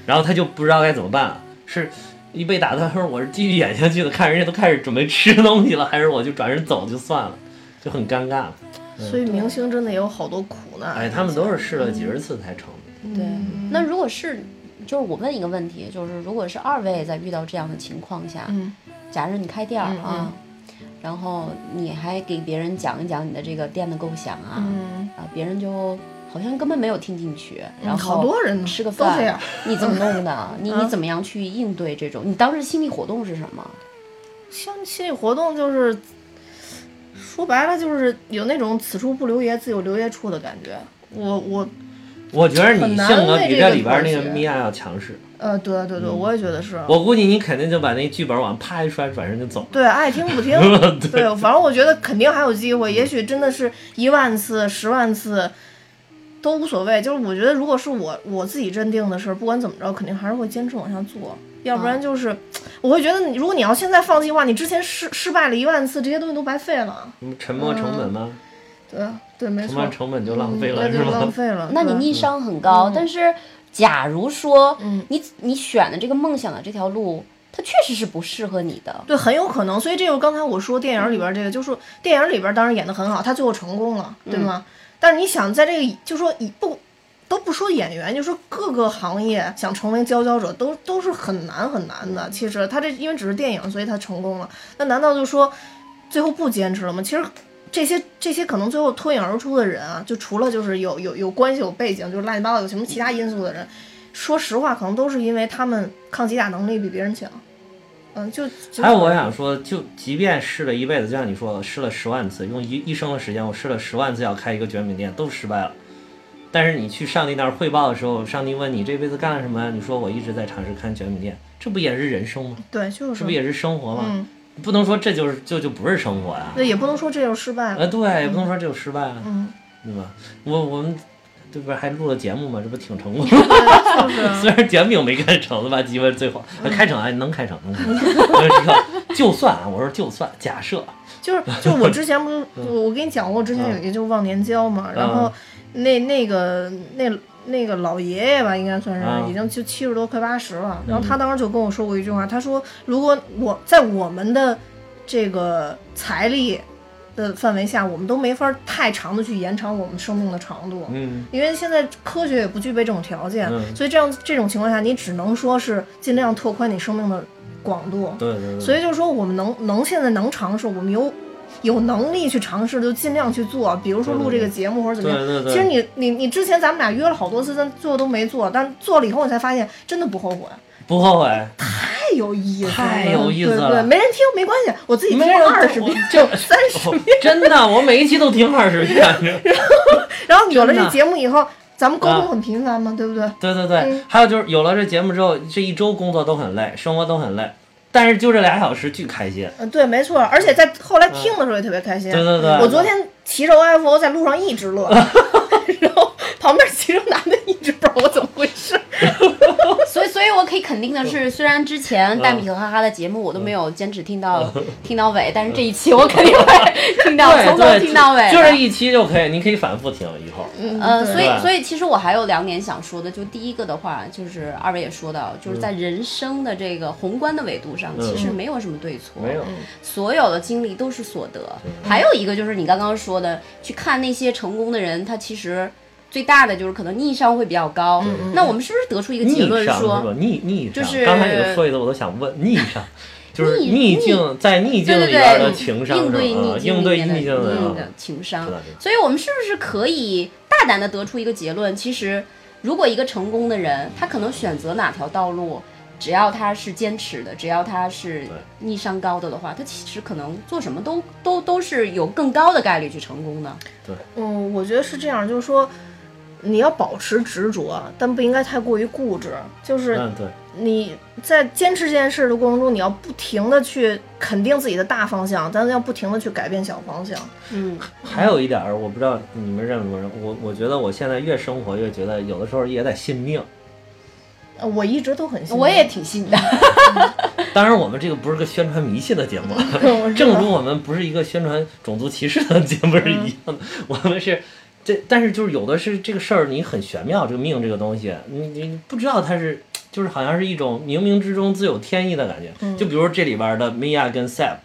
然后他就不知道该怎么办了，是一被打断，他说我是继续演下去的，看人家都开始准备吃东西了，还是我就转身走就算了，就很尴尬了。所以明星真的也有好多苦难，哎，他们都是试了几十次才成的，对，嗯那如果是，就是我问一个问题，就是如果是二位在遇到这样的情况下，嗯，假设你开店儿啊，然后你还给别人讲一讲你的这个店的构想啊，嗯啊，别人就好像根本没有听进去，然后好多人呢吃个都这饭样，嗯你怎么弄 的？你你怎么样去应对这种？你当时心理活动是什么？像心理活动就是，说白了就是有那种此处不留爷自有留爷处的感觉。我我我觉得你很难性格为比这个里边那个妥协米娅要强势，呃，对对嗯对，我也觉得是。啊我估计你肯定就把那剧本往啪一摔，转身就走了。，对，爱听不听 对对，反正我觉得肯定还有机会，也许真的是一万次、十万次都无所谓。就是我觉得，如果是我我自己认定的事儿，不管怎么着，肯定还是会坚持往下做。要不嗯然就是，我会觉得你，如果你要现在放弃的话，你之前失失败了一万次，这些东西都白费了。什么沉没成本吗？对对，没沉错没，成本就浪费了，那是就吗？浪费了。那你对逆商很高，但是假如说，嗯你你选的这个梦想的这条路，它确实是不适合你的。对，很有可能。所以这就是刚才我说电影里边这个，就是电影里边当然演得很好，他最后成功了，嗯对吗？但是你想，在这个就说一不都不说演员，就说各个行业想成为佼佼者，都都是很难很难嗯的。其实他这因为只是电影，所以他成功了。那难道就说最后不坚持了吗？其实。这些这些可能最后脱颖而出的人啊，就除了就是有有有关系、有背景，就是乱七八糟有什么其他因素的人，说实话，可能都是因为他们抗击打能力比别人强。嗯，就就还有我想说，就即便试了一辈子，就像你说的，试了十万次，用一一生的时间，我试了十万次要开一个卷饼店，都失败了。但是你去上帝那儿汇报的时候，上帝问你这辈子干了什么呀？你说我一直在尝试开卷饼店，这不也是人生吗？对，就是这不也是生活吗？嗯不能说这就是就就不是生活呀、啊。对，也不能说这就是失败了。呃，对，也不能说这就失败了，嗯，对吧？我我们这不是还录了节目吗？这不挺成功？对就呃是 啊虽然卷饼没开成，对吧？鸡巴最后呃开成哎，能开成，能开成。这个就算啊，我说就算，假设啊就是就是我之前嗯不是我我跟你讲过，我之前有一个就是忘年交嘛，然后那那个那那个老爷爷吧，应该算是、啊已经就七十多快八十嗯了。然后他当时就跟我说过一句话，他说如果我在我们的这个财力的范围下，我们都没法太长的去延长我们生命的长度。嗯，因为现在科学也不具备这种条件，嗯所以这样这种情况下，你只能说是尽量拓宽你生命的广度。对对对，所以以就是说，我们能能现在能尝试，我们有有能力去尝试，就尽量去做。比如说录这个节目或者怎么对样。对对，其实你你你之前咱们俩约了好多次，但最后都没做，但做了以后你才发现真的不后悔，不后悔，太有意思了，太有意思对不了对？没人听没关系，我自己听没人了二十遍我就、 三十遍，真的，我每一期都听二十啊遍，然后有了真这的节目以后，咱们沟啊通很频繁嘛，对不对？对对对，嗯还有就是有了这节目之后，这一周工作都很累，生活都很累，但是就这俩小时巨开心。嗯，对，没错，而且在后来听的时候也特别开心。对对对我昨天骑着 OFO 在路上一直乐， 然后旁边骑着男的一直不知道我怎么回事。所以，所以我可以肯定的嗯是，虽然之前大米和哈哈的节目我都没有坚持听到 听到尾，但是这一期我肯定会听到嗯对从头对，听到尾。就就是一期就可以，你可以反复听以后。嗯呃，所对以所以其实我还有两点想说的，就第一个的话，就是二位也说到，就是在人生的这个宏观的维度上，嗯其实没有什么对错，没有，嗯所有的经历都是所得。还有一个就是你刚刚说的，去看那些成功的人，他其实最大的就是可能逆商会比较高。那我们是不是得出一个结逆论商说，是吧？逆逆商，就是刚才有个说一个我都想问，逆商就是逆逆境，在逆境里边的情商应是吧？对逆嗯境应里对面逆境的的啊嗯的情商是的是的。所以我们是不是可以大胆的得出一个结论？其实，如果一个成功的人，他可能选择哪条道路，只要他是坚持的，只要他是逆商高的的话，他其实可能做什么都都都是有更高的概率去成功的。嗯，我觉得是这样，就是说你要保持执着，但不应该太过于固执。就是嗯，对，你在坚持这件事的过程中，你要不停的去肯定自己的大方向，但是要不停的去改变小方向。嗯，还有一点儿，我不知道你们认不认，我我觉得我现在越生活越觉得有的时候也得信命。呃我一直都很信， 我也挺信的。当然，我们这个不是个宣传迷信的节目，啊我知道正如我们不是一个宣传种族歧视的节目是一样的，我们是这，但是就是有的是这个事儿，你很玄妙，这个命这个东西，你你不知道它是，就是好像是一种冥冥之中自有天意的感觉。嗯就比如这里边的 Mia 跟 Sam，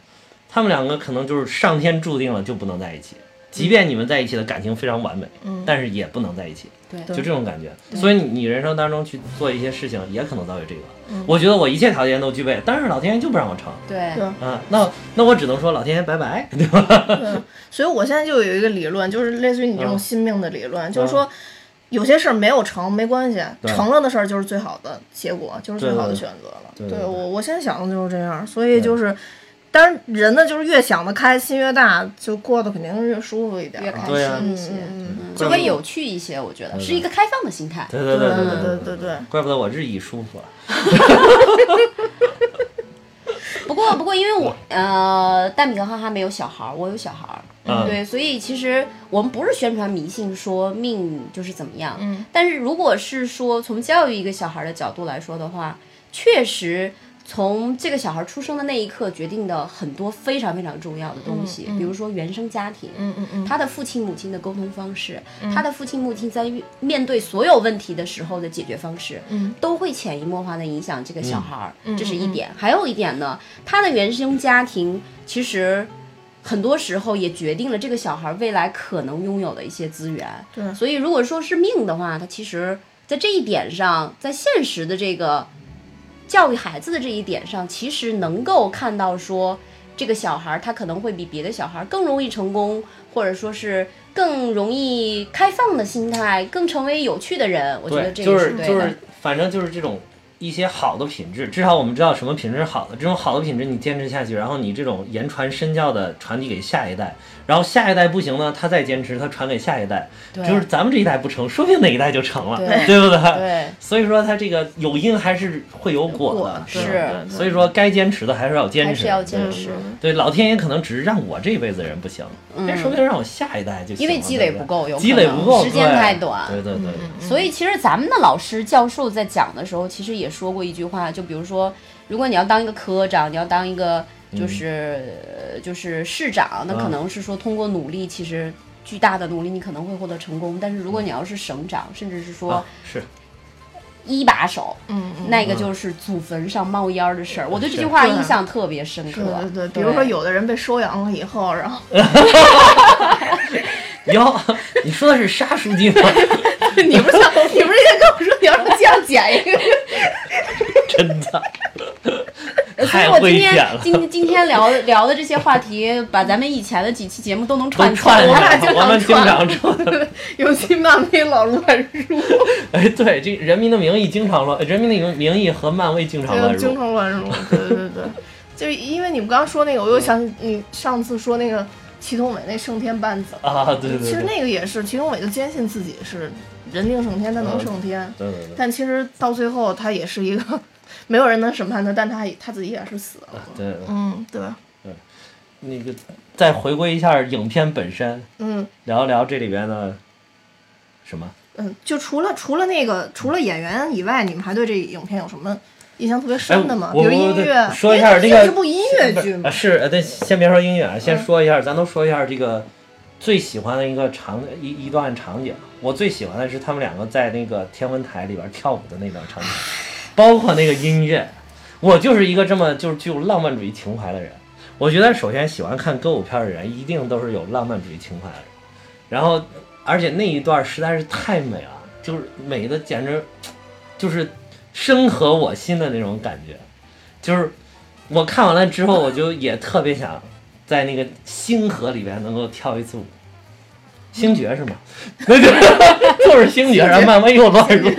他们两个可能就是上天注定了就不能在一起，嗯即便你们在一起的感情非常完美，但是也不能在一起。对就这种感觉。所以你你人生当中去做一些事情，也可能遭遇这个。嗯我觉得我一切条件都具备，但是老天爷就不让我成。 对对啊，那那我只能说老天爷拜拜，对吧？所以我现在就有一个理论，就是类似于你嗯这种心命的理论，就是说。有些事儿没有成没关系，啊对成了的事儿就是最好的结果，就是最好的选择了。对对对对对我，我现在想的就是这样，所以就是，当然人呢就是越想得开，心越大，就过得肯定是越舒服一点。越开对啊嗯心一些，嗯嗯就会有嗯趣一些。我觉得是一个开放的心态。对对对对对对对对对，怪不得我日益舒服啊。 不过不过，因为我呃，大米和哈哈没有小孩儿，我有小孩儿，嗯对，所以其实我们不是宣传迷信说命就是怎么样，嗯，但是如果是说从教育一个小孩儿的角度来说的话，确实。从这个小孩儿出生的那一刻，决定的很多非常非常重要的东西，比如说原生家庭，嗯嗯嗯，他的父亲母亲的沟通方式，他的父亲母亲在遇面对所有问题的时候的解决方式，嗯都会潜移默化的影响这个小孩儿，这是一点。还有一点呢，他的原生家庭其实很多时候也决定了这个小孩儿未来可能拥有的一些资源。对所以如果说是命的话，他其实在这一点上，在现实的这个教育孩子的这一点上，其实能够看到说，这个小孩儿他可能会比别的小孩儿更容易成功，或者说是更容易开放的心态，更成为有趣的人。我觉得这就个是对的。就是，反正就是这种一些好的品质，至少我们知道什么品质是好的。这种好的品质你坚持下去，然后你这种言传身教的传递给下一代，然后下一代不行呢，他再坚持，他传给下一代，对就是咱们这一代不成，说不定哪一代就成了，对不对？对所以说他这个有因还是会有果的，是嗯对对所以说该坚持的还是要坚持，嗯还是要坚持，对，老天爷可能只是让我这辈子人不行，嗯但说不定让我下一代就行了因为积累对对不够有积累可能不够，时间对太短嗯对对对，对所嗯以其实咱们的老师教授在讲的时候，其实也说过一句话，就比如说，如果你要当一个科长，你要当嗯一个就是、呃就是市长，那可能是说通过努力，其实巨大的努力，你可能会获得成功。但是如果嗯你要是省长，甚至是说啊是一把手，嗯嗯，那个就是祖坟上冒烟儿的事儿。我对这句是话对印象特别深刻对。对对，比如说 有的人被收养了以后，然后 哟， 你说的是杀书记吗？你不是想你不是应该跟我说你要 是这样剪一个？ 真的，呃所以太我会今剪天了，今今天聊 聊的这些话题，把咱们以前的几期节目都能都串起串来。俩上经了，我们常经常串串。尤其漫威老乱入， 哎，对，这《人民的名义》经常乱，《人民的名义》和漫威经常乱对，经入。常乱入，对对对对，就是因为你们刚刚说那个，我又想起你上次说那个祁同伟那升天班子，啊，对对对，其实那个也是祁同伟就坚信自己是人定胜天，他能嗯胜天，对对对，但其实到最后他也是一个没有人能审判他，但他也他自己也是死了。对对对嗯，对，那个再回归一下影片本身，嗯。聊一聊这里边的什么？嗯，就除了除了那个除了演员以外，你们还对这影片有什么印象特别深的吗？哎我比如我音对乐，说一因下为它这个是部音乐剧啊 嘛，是，呃，对，先别说音乐啊，先嗯说一下，咱都说一下这个最喜欢的一个场一一段场景。啊我最喜欢的是他们两个在那个天文台里边跳舞的那段场景，包括那个音乐。我就是一个这么就是具有浪漫主义情怀的人。我觉得首先喜欢看歌舞片的人，一定都是有浪漫主义情怀的人。然后，而且那一段实在是太美了，就是美的简直就是深合我心的那种感觉。就是我看完了之后，我就也特别想在那个星河里边能够跳一次舞。星爵是吗？ 那就就是星爵，然后漫威又乱入。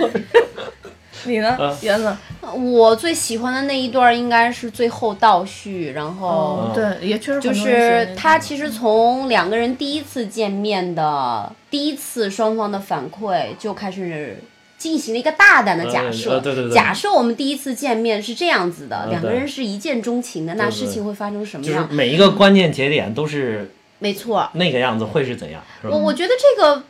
你呢嗯，园子？我最喜欢的那一段应该是最后倒叙，然后哦，对，也确实就很多人是喜欢他其实从两个人第一次见面的第一次双方的反馈就开始进行了一个大胆的假设，呃对对对假设我们第一次见面是这样子的，嗯两个对人是一见钟情的，那对事情会发生什么就是样？每一个关键节点都是没错，那个样子，会是怎样？是吧我？我觉得这个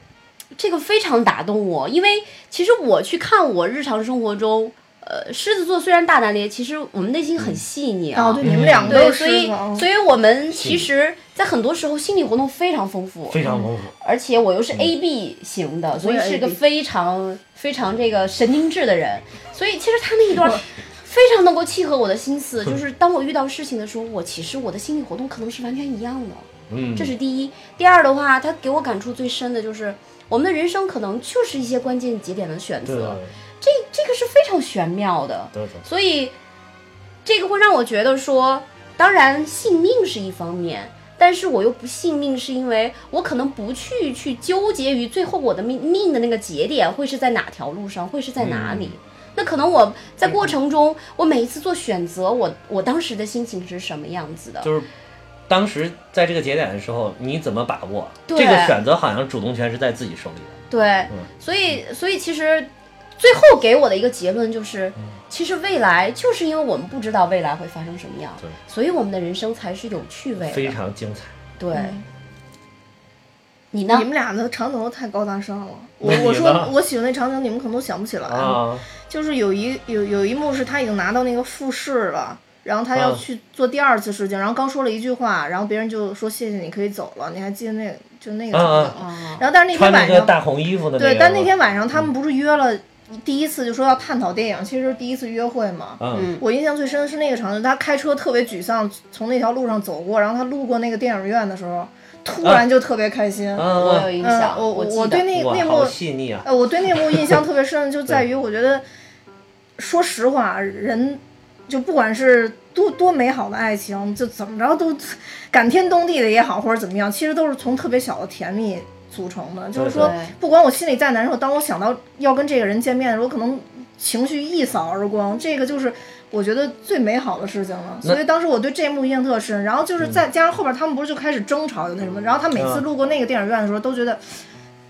这个非常打动我，因为其实我去看我日常生活中，呃，狮子座虽然大大咧咧，其实我们内心很细腻啊。哦，对，嗯你们两个对，都所是以吗哦所以我们其是实，在很多时候心理活动非常丰富，非常丰富。而且我又是 A B 型的，所以是个 AB 非常非常这个神经质的人，所以其实他那一段非常能够契合我的心思，就是当我遇到事情的时候，我其实我的心理活动可能是完全一样的，嗯，这是第一。第二的话，他给我感触最深的就是。我们的人生可能就是一些关键节点的选对对择，这这个是非常玄妙的。对对所以这个会让我觉得说，当然信命是一方面，但是我又不信命，是因为我可能不去去纠结于最后我的命命的那个节点会是在哪条路上，会是在哪里。嗯那可能我在过程中，我每一次做选择，我我当时的心情是什么样子的？就是当时在这个节点的时候，你怎么把握？对这个选择好像主动权是在自己手里的。对，所以所以其实最后给我的一个结论就是，嗯其实未来就是因为我们不知道未来会发生什么样对，所以我们的人生才是有趣味的。非常精彩，对嗯，你呢你？们俩的场景都太高大上了。我那你我呢说我喜欢那场景，你们可能都想不起来。啊！就是有一有有一幕是他已经拿到那个复试了，然后他要嗯去做第二次试镜，然后刚说了一句话，然后别人就说谢谢你可以走了。你还记得那个就那个嗯场嗯景吗？然后但是那天穿那晚个上大红衣服的那个，嗯对，但那天晚上他们不是约了第一次就说要探讨电影，其实是第一次约会嘛。嗯嗯我印象最深的是那个场景，他开车特别沮丧，从那条路上走过，然后他路过那个电影院的时候，突啊然就特别开心。嗯我有嗯印嗯象，，我记我得对那哇那，幕好细腻啊！呃，我对那幕印象特别深， 就在于我觉得，说实话，人就不管是多多美好的爱情，就怎么着都感天动地的也好，或者怎么样，其实都是从特别小的甜蜜组成的。就是说对对，不管我心里再难受，当我想到要跟这个人见面的时候，可能情绪一扫而光，这个就是。我觉得最美好的事情了，那所以当时我对这幕印象特深。然后就是再加上后边他们不是就开始争吵有那什么，然后他每次嗯路过那个电影院的时候，都觉得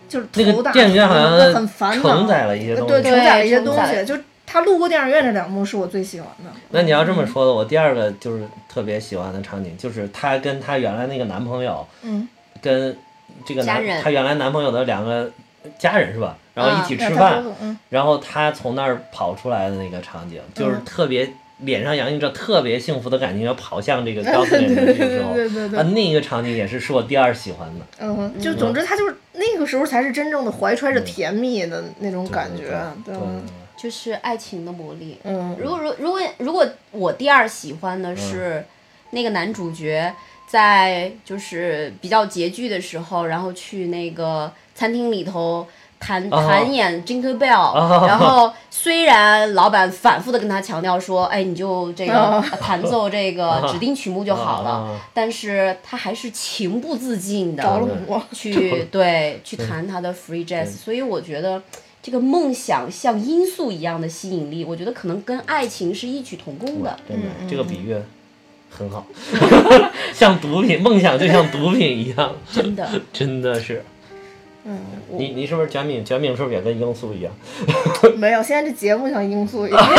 就是那头个大电影院好嗯很像烦承恼，载了一些东对，西承。载了对一些承东载西。就他路过电影院这两幕是我最喜欢的。那你要这么说的，我第二个就是特别喜欢的场景，就是她跟她原来那个男朋友嗯，跟这个家男人她原来男朋友的两个家人是吧？然后一起然吃后他饭说，嗯，然后他从那儿跑出来的那个场景，就是特别脸上洋溢着特别幸福的感情，要跑向这个高司令的这个时候， 对对对对对啊，那个场景也是是我第二喜欢的。嗯，就总之他就是那个时候才是真正的怀揣着甜蜜的那种感觉，嗯对吧？就是爱情的魔力。嗯如果如如果如果我第二喜欢的是那个男主角，在就是比较拮据的时候，然后去那个餐厅里头弹哦弹演 Jingle Bell，、然 后虽然老板反复的跟他强调说，哎，你就这个、哦弹奏这个指定曲目就好了，哦但是他还是情不自禁的着了魔。去对去弹他的 free jazz，所以我觉得这个梦想像因素一样的吸引力，我觉得可能跟爱情是异曲同工的。真的，这个比嗯喻很好， 像毒品，梦想就像毒品一样， 真的，真的是。嗯，你你是不是卷饼？卷饼是不是也跟罂粟一样？没有，现在这节目像罂粟一样，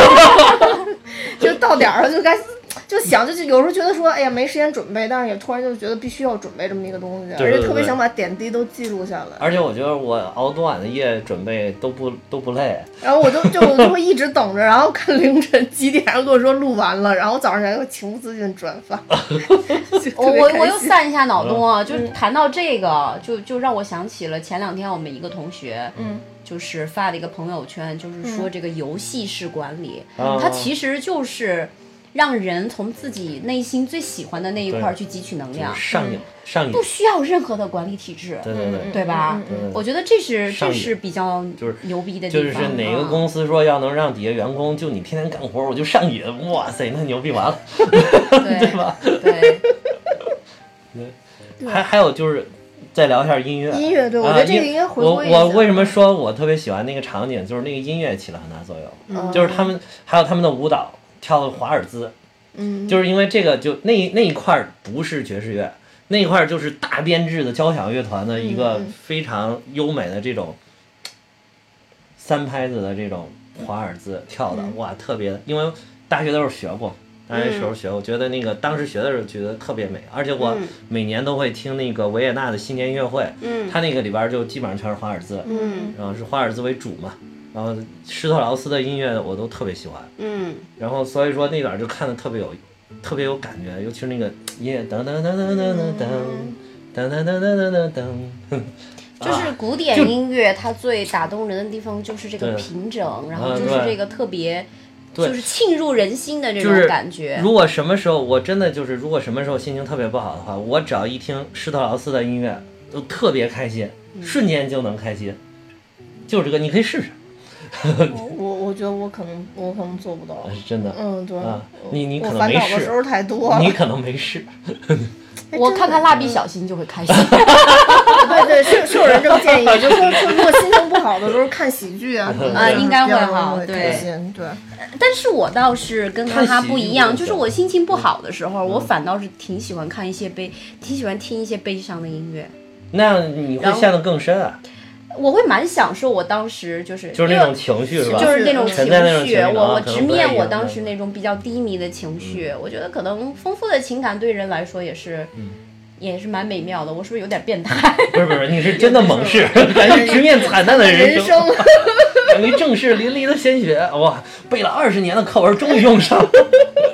就到点儿了就该就想，就是有时候觉得说，哎呀没时间准备，但是也突然就觉得必须要准备这么一个东西，对对而且特别对想把点滴都记录下来。而且我觉得我熬多晚的夜准备都不都不累，然后我就就我就会一直等着，然后看凌晨几点，然后跟我说录完了，然后早上起来又情不自禁转发，就我特别我开我又心嗯散一下脑洞啊，就是谈到这个，就就让我想起了前两天我们一个同学，嗯，就是发了一个朋友圈，就是说这个游戏式管理，啊嗯它其实就是让人从自己内心最喜欢的那一块儿去汲取能量，上瘾上瘾嗯不。嗯需要任何的管理体制。对对对，对吧？我觉得这是嗯上这瘾是比较就是牛逼的地就方，是哪个公司说要能让底下员工就你天天干活，我就上瘾，哇塞，那牛逼完了，对对吧？嗯对，还还有就是，再聊一下音乐。音乐对我啊觉得这个音应该回我归一下我为什么说我特别喜欢那个场景，就是那个音乐起了很大作用，哦就是他们还有他们的舞蹈跳华尔兹，嗯，就是因为这个就那那一块儿不是爵士乐，那一块儿就是大编制的交响乐团的一个非常优美的这种三拍子的这种华尔兹跳的，哇，特别，因为大学的时候学过。大学时候学，我觉得那个当时学的时候觉得特别美，而且我每年都会听那个维也纳的新年音乐会，嗯它那个里边儿就基本上全是华尔兹，嗯然后啊是华尔兹为主嘛，然后施特劳斯的音乐我都特别喜欢，嗯，然后所以说那点儿就看的特别有，特别有感觉，尤其是那个音乐噔噔噔噔噔噔噔噔噔噔噔噔噔，哼就是古典音乐它最打动人的地方就是这个对平整，然后嗯就是对这个特别，对就是沁入人心的这就种是感觉。如果什么时候我真的就是如果什么时候心情特别不好的话，我只要一听施特劳斯的音乐，都特别开心，嗯瞬间就能开心，就是这个你可以试试，我我觉得我可能我可能做不到啊，是真的，嗯，对，啊我你你可我能烦没恼的试时候太多了，你可能没试，哎我看看蜡笔小新就 会开心。 对对，是是有人这么建议， 就说说如果心情不好的时候看喜剧啊，啊应该会哈哈，对开心，对，但是我倒是跟哈看哈喜不剧一样，就就是行我心情不好的时候，嗯我反倒是挺喜欢看一些悲，挺喜欢听一些悲伤的音乐。那样你会然后陷得更深啊，我会蛮享受我当时就是就是因那为种情绪是吧？就是那种情存在那种情绪啊我我可能直不太面一我样嗯当时那种比较低迷的情绪，我觉得可能丰富的情感对人来说也是，也是蛮美妙的。我是不是有点变态？不是不是，你是真的猛士，咱是直面惨淡的哎人人生， 生 敢于正视淋漓的鲜血，哇，背了二十年的课文终于用上。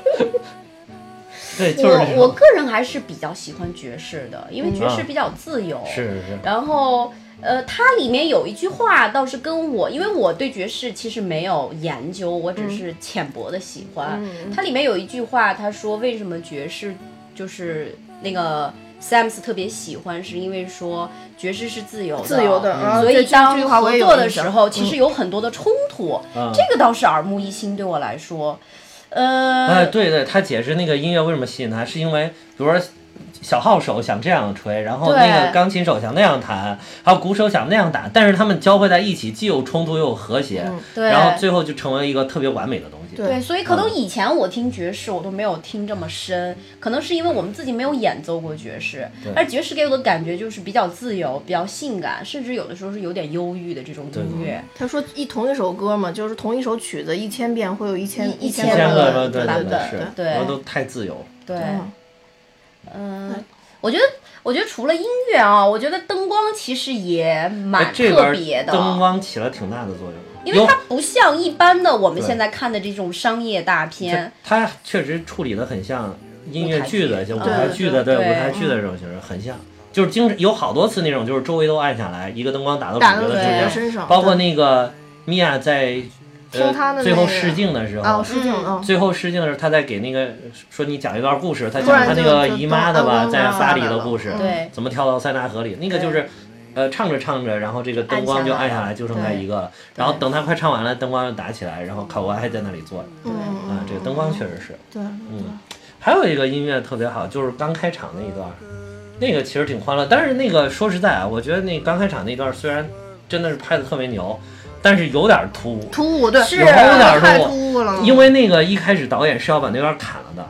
对， 就是这我种我个人还是比较喜欢爵士的，因为爵士嗯比较自由。是是是，然后，呃，它里面有一句话倒是跟我，因为我对爵士其实没有研究，我只是浅薄的喜欢。嗯它里面有一句话，他说为什么爵士就是那个 Sam's 特别喜欢，是因为说爵士是自由的，嗯自由的啊所这以句当这句话我合也有作的印时象嗯候，其实有很多的冲突，嗯这个倒是耳目一新，对我来说。呃，哎，对对，他解释那个音乐为什么吸引他，是因为比如说。小号手想这样吹，然后那个对钢琴手想那样弹，还有鼓手想那样打，但是他们交汇在一起，既有冲突又有和谐，对然后最后就成为一个特别完美的东西。对，所以可能嗯以前我听爵士，我都没有听这么深，可能是因为我们自己没有演奏过爵士，而爵士给我的感觉就是比较自由、比较性感，甚至有的时候是有点忧郁的这种音乐。他说一同一首歌嘛，就是同一首曲子一千遍会有一千一千千千个个个对版对本，是，对然后都太自由。对，嗯嗯，我觉得，我觉得除了音乐啊，我觉得灯光其实也哎蛮这特边别的。灯光起了挺大的作用，因为有它不像一般的我们对现在看的这种商业大片，它确实处理的很像音乐剧的，就舞舞台台剧剧的，对舞对台剧的这种形式很像，就是经常有好多次那种，就是周围都暗下来，一个灯光打到主打到角主的角身身上，包括那个米娅在听他的那个呃最后试镜的时啊，我候。失敬嗯啊，最后试镜的时候，他在给那个说你讲一段故事，他突讲然他那就个就姨妈的吧，都在巴黎的嗯故事，对怎么跳到塞纳河里，那个就是，呃，唱着唱着，然后这个灯光就暗下来，就剩他一个了，然后等他快唱完了，灯光又打起来，然后考官还在那里坐着，嗯啊，这个灯光确实是，对，嗯，还有一个音乐特别好，就是刚开场那一段儿，那个其实挺欢乐。但是那个说实在啊，我觉得那刚开场那段儿虽然真的是拍的特别牛，但是有点儿突兀，突兀，对，是有点太突兀，突兀了，因为那个一开始导演是要把那段儿砍了的。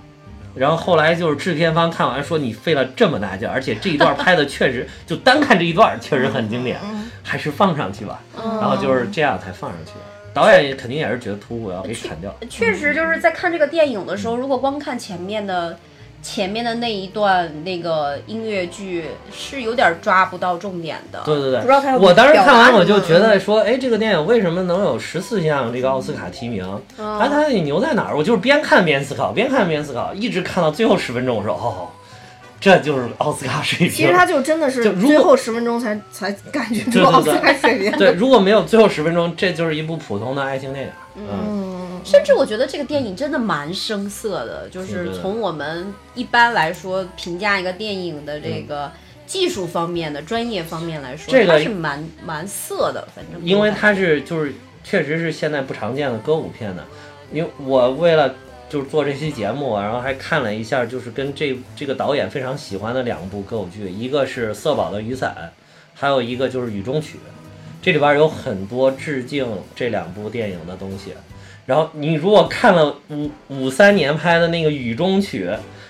然后后来就是制片方看完说你费了这么大劲儿，而且这一段儿拍的确实就单看这一段儿确实很经典，嗯还是放上去吧。然后就是这样才放上去的。导演肯定也是觉得突兀，要给砍掉。确实就是在看这个电影的嗯时候，如果光看前面的前面的那一段那个音乐剧，是有点抓不到重点的。对对对，不知道他要我当时表达看完我什就么觉得说，哎，这个电影为什么能有十四项这个奥斯卡提名？嗯啊，它得牛在哪儿？我就是边看边思考，边看边思考，一直看到最后十分钟，我说哦，这就是奥斯卡水平。其实他就真的是就如果最后十分钟才才感觉出奥斯卡水 平。对，如果没有最后十分钟，这就是一部普通的爱情电影。嗯，甚至我觉得这个电影真的蛮生涩的，就是是的从我们一般来说评价一个电影的这个技术方面的、专业方面来说，嗯这个它是蛮蛮涩的，反正因为它是就是确实是现在不常见的歌舞片呢。因为我为了就是做这期节目，然后还看了一下，就是跟这这个导演非常喜欢的两部歌舞剧，一个是《色宝的雨伞》，还有一个就是《雨中曲》，这里边有很多致敬这两部电影的东西。然后你如果看了五五三年拍的那个《雨中曲》，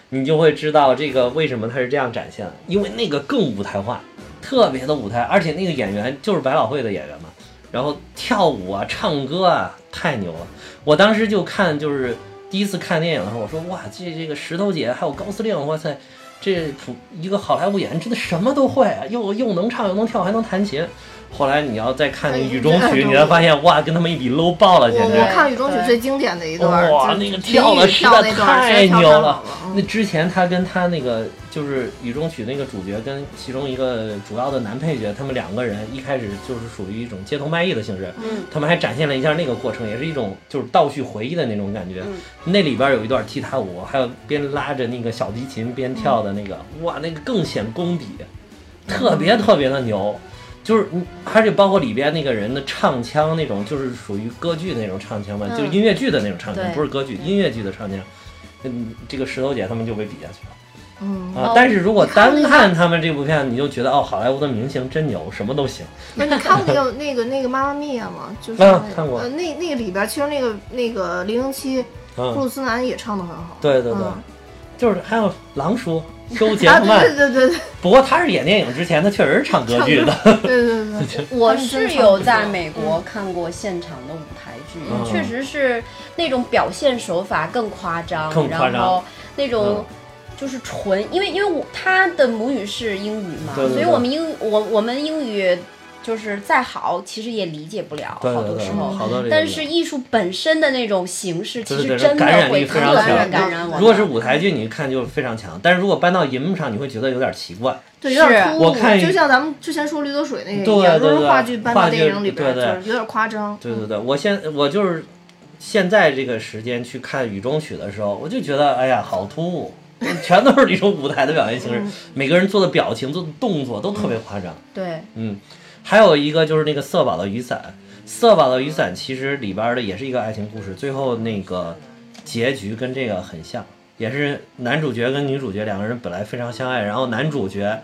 你就会知道这个为什么它是这样展现的，因为那个更呃舞台化，特别的舞台，而且那个演员就是百老汇的演员嘛，然后跳舞啊、唱歌啊，太牛了！我当时就看，就是第一次看电影的时候，我说哇，这这个石头姐还有高司令，哇塞，这普一个好莱坞演员真的什么都会啊，又又能唱又能跳还能弹琴。后来你要再看那《雨中曲》，你才发现哇，跟他们一比 low 爆了，我简直！我看《雨中曲》最经典的一段，哇，就那是个群跳的舞实跳在那段实在太跳牛太好了了。。那之前他跟他那个就是《雨中曲》那个主角跟其中一个主要的男配角，他们两个人一开始就是属于一种街头卖艺的形式，嗯，他们还展现了一下那个过程，也是一种就是倒叙回忆的那种感觉。嗯那里边有一段踢踏舞，还有边拉着那个小提琴边跳的那个，哇，那个更显功底，特别特别的牛。就是你，而且包括里边那个人的唱腔那种，就是属于歌剧那种唱腔嘛，嗯就是音乐剧的那种唱腔，对不是歌剧，音乐剧的唱腔。嗯，这个石头姐他们就被比下去了。嗯啊哦，但是如果你看单那个看他们这部片，你就觉得哦，好莱坞的明星真牛，什么都行。那你看过那个那个那个《妈妈咪呀》 吗？就是啊看过呃，那那个里边其实那个那个零零七，布嗯，鲁斯南也唱的很好。对对对，嗯就是还有狼叔 周杰啊，伦，对对对对不过他是演电影之前，他确实是唱歌剧的。对对对 对，我是有在美国看过现场的舞台剧，嗯确实是那种表现手法更夸张，更夸张然后那种嗯。就是纯，因为因为我他的母语是英语嘛，对对对所以我们英语我我们英语就是再好，其实也理解不了对 好对多对时，候。好多这个。但是艺术本身的那种形式，其对实对真对，的感染会力特非别常地强。感染我如果是们。舞台剧，你一看就非常强，但是如果搬到银幕上，你会觉得有点奇怪。对有点是突我兀，啊看就像咱们之前说《驴得水》那个对一样，对都是对话剧搬话到剧电影里边，就对对是有点夸张。对对对，我现我就是现在这个时间去看《雨中曲》的时候，我就觉得哎呀，好突兀， 全都是一种舞台的表现形式，每个人做的表情、做的动作都特别夸张。对，嗯，还有一个就是那个色宝的雨伞，色宝的雨伞其实里边儿的也是一个爱情故事，最后那个结局跟这个很像，也是男主角跟女主角两个人本来非常相爱，然后男主角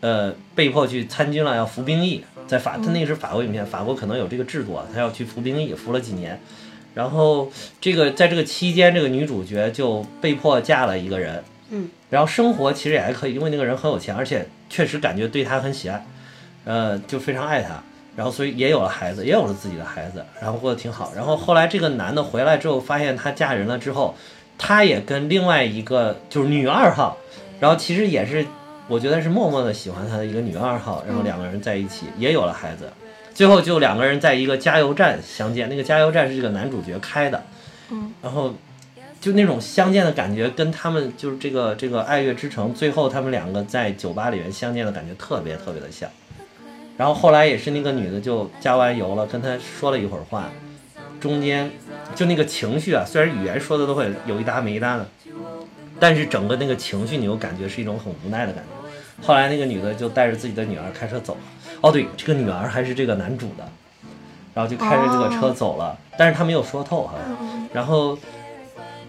呃被迫去参军了，要服兵役，在法他那个是法国影片，法国可能有这个制度，啊，他要去服兵役，服了几年。然后这个在这个期间，这个女主角就被迫嫁了一个人，嗯，然后生活其实也还可以，因为那个人很有钱，而且确实感觉对他很喜爱，呃，就非常爱他，然后所以也有了孩子，也有了自己的孩子，然后过得挺好。然后后来这个男的回来之后，发现她嫁人了之后，他也跟另外一个就是女二号，然后其实也是我觉得是默默的喜欢他的一个女二号，然后两个人在一起，也有了孩子，最后就两个人在一个加油站相见，那个加油站是这个男主角开的，嗯，然后就那种相见的感觉，跟他们就是这个这个《爱乐之城》最后他们两个在酒吧里面相见的感觉特别特别的像。然后后来也是那个女的就加完油了，跟他说了一会儿话，中间就那个情绪啊，虽然语言说的都会有一搭没一搭的，但是整个那个情绪你又感觉是一种很无奈的感觉。后来那个女的就带着自己的女儿开车走了，哦对，这个女儿还是这个男主的，然后就开着这个车走了，但是他没有说透哈、然后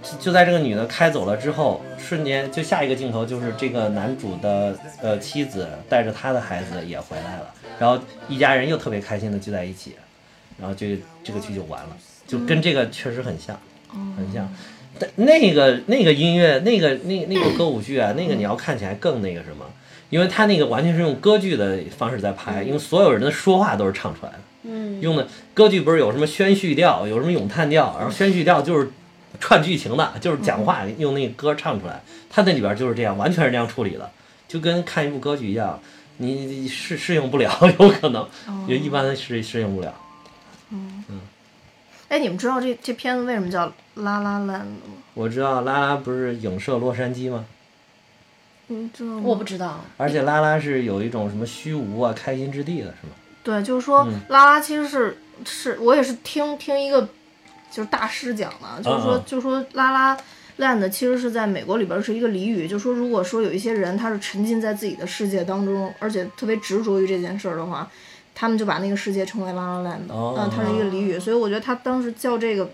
就就在这个女的开走了之后，瞬间就下一个镜头就是这个男主的呃妻子带着他的孩子也回来了，然后一家人又特别开心的聚在一起，然后就这个剧就完了，就跟这个确实很像，很像。但那个那个音乐，那个那那个歌舞剧啊，那个你要看起来更那个什么，因为他那个完全是用歌剧的方式在拍，因为所有人的说话都是唱出来的。嗯，用的歌剧不是有什么宣叙调，有什么咏叹调，然后宣叙调就是串剧情的，就是讲话用那个歌唱出来。他那里边就是这样，完全是这样处理的，就跟看一部歌剧一样，你你适适应不了， 有可能就一般适适应不了。哎，你们知道这这片子为什么叫《拉拉烂》吗？我知道拉拉不是影射洛杉矶吗？你知道吗？我不知道，而且拉拉是有一种什么虚无啊、开心之地的，是吗？对，就是说、嗯拉拉其实是是我也是听听一个就是大师讲的，就是说、嗯嗯就是说拉拉。烂的其实是在美国里边儿是一个俚语，就说如果说有一些人他是沉浸在自己的世界当中，而且特别执着于这件事儿的话，他们就把那个世界称为拉拉烂的，哦嗯，它是一个俚语，所以我觉得他当时叫这个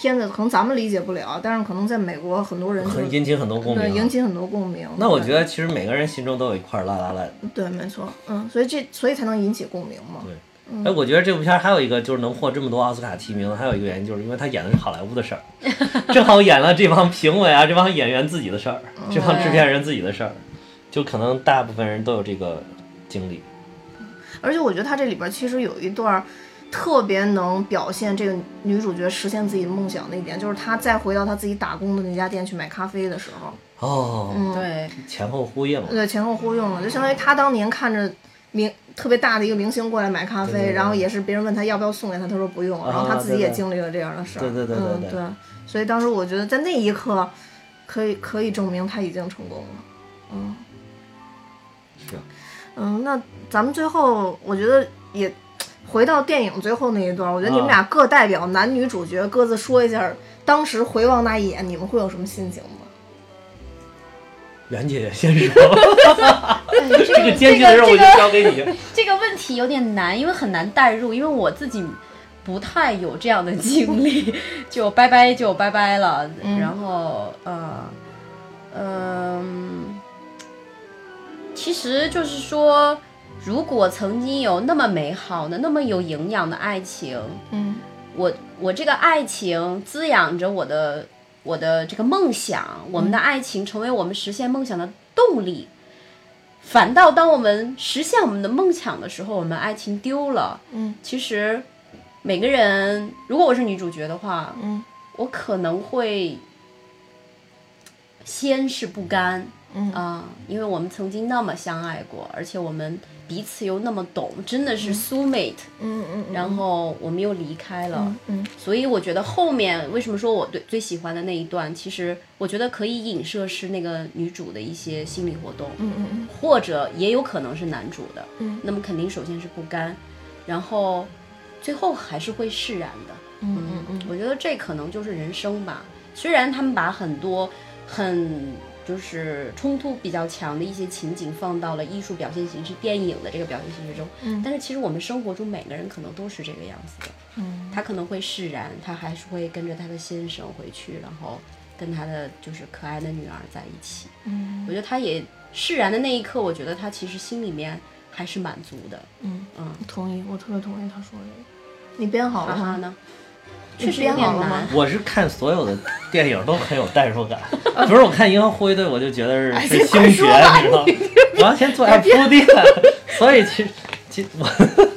片子，可能咱们理解不了，但是可能在美国很多人就很是引起很多共鸣嗯对啊。引起很多共鸣。那我对觉得其实每个人心中都有一块拉拉烂。对，没错，嗯，所以这所以才能引起共鸣嘛。对，哎，我觉得这部片儿还有一个就是能获这么多奥斯卡提名，还有一个原因就是因为他演的是好莱坞 的事儿，正好演了这帮评委啊，这帮演员自己的事儿，嗯这帮制片人自己的事儿，就可能大部分人都有这个经历。而且我觉得它这里边其实有一段儿特别能表现这个女主角实现自己梦想的一点，就是她再回到她自己打工的那家店去买咖啡的时候，哦，对，前后呼应了。嗯对前后呼应了，就相当于她当年看着明特别大的一个明星过来买咖对啡，对啊然后也是别人问她要不要送给她，她说不用，然后她自己也经历了这样的事儿。对对对对嗯对对，所以当时我觉得在那一刻，可以可以证明她已经成功了。是啊，嗯，那咱们最后，我觉得也回到电影最后那一段儿，我觉得你们啊俩各代表男女主角各自说一下，当时回望那一眼，你们会有什么心情吗？袁姐姐 先说， 这个艰巨的任务这就个交给你。这个问题有点难，因为很难代入，因为我自己不太有这样的经历， 就拜拜就拜拜了。然后呃，嗯、其实就是说，如果曾经有那么美好的、那么有营养的爱情，嗯我我这个爱情滋养着我的我的这个梦想，我嗯们的爱情成为我们实现梦想的动力。反倒当我们实现我们的梦想的时候，我们爱情丢了。嗯，其实每个人，如果我是女主角的话，嗯，我可能会先是不甘，嗯啊、因为我们曾经那么相爱过，而且我们彼此又那么懂，真的是 soul mate，嗯嗯嗯然后我们又离开了。嗯所以我觉得后面为什么说我对最喜欢的那一段，其实我觉得可以影射是那个女主的一些心理活动，嗯嗯或者也有可能是男主的。嗯那么肯定首先是不甘，然后最后还是会释然的。嗯嗯我觉得这可能就是人生吧。虽然他们把很多很就是冲突比较强的一些情景放到了艺术表现形式、电影的这个表现形式中，嗯但是其实我们生活中每个人可能都是这个样子的。嗯他可能会释然，他还是会跟着他的先生回去，然后跟他的就是可爱的女儿在一起。嗯我觉得他也释然的那一刻，我觉得他其实心里面还是满足的。嗯嗯，嗯，同意，我特别同意他说的啊这个。你编好哈了哈吗？呢，你确实有编好点了吗难。我是看所有的电影都很有代入感，比如我看《银河护卫队》，我就觉得是是星爵，你知道吗？我要先做下铺垫，所以其实其实我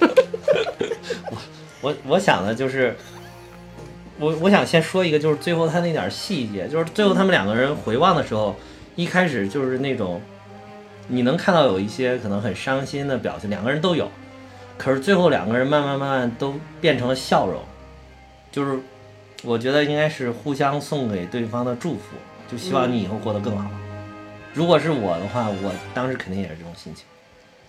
我我我想的就是，我我想先说一个，就是最后他那点儿细节，就是最后他们两个人回望的时候，一开始就是那种你能看到有一些可能很伤心的表情，两个人都有，可是最后两个人慢慢慢慢都变成了笑容，就是我觉得应该是互相送给对方的祝福，就希望你以后过得更好。如果是我的话，我当时肯定也是这种心情。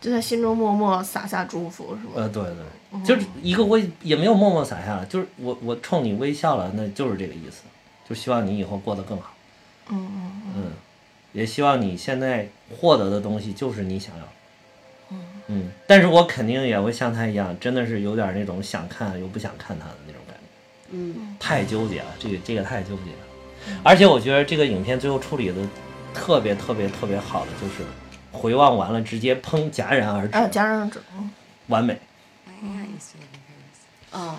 就在心中默默撒下祝福，是吗？呃，对对，就是一个微也没有默默撒下来，就是我我冲你微笑了，那就是这个意思，就希望你以后过得更好。嗯嗯也希望你现在获得的东西就是你想要的。嗯，但是我肯定也会像他一样，真的是有点那种想看又不想看他的那种感觉，嗯，太纠结了，这个这个太纠结了。而且我觉得这个影片最后处理的特别特别特别好的就是，回望完了直接砰戛然而止，哎，加上这，嗯完美。哦，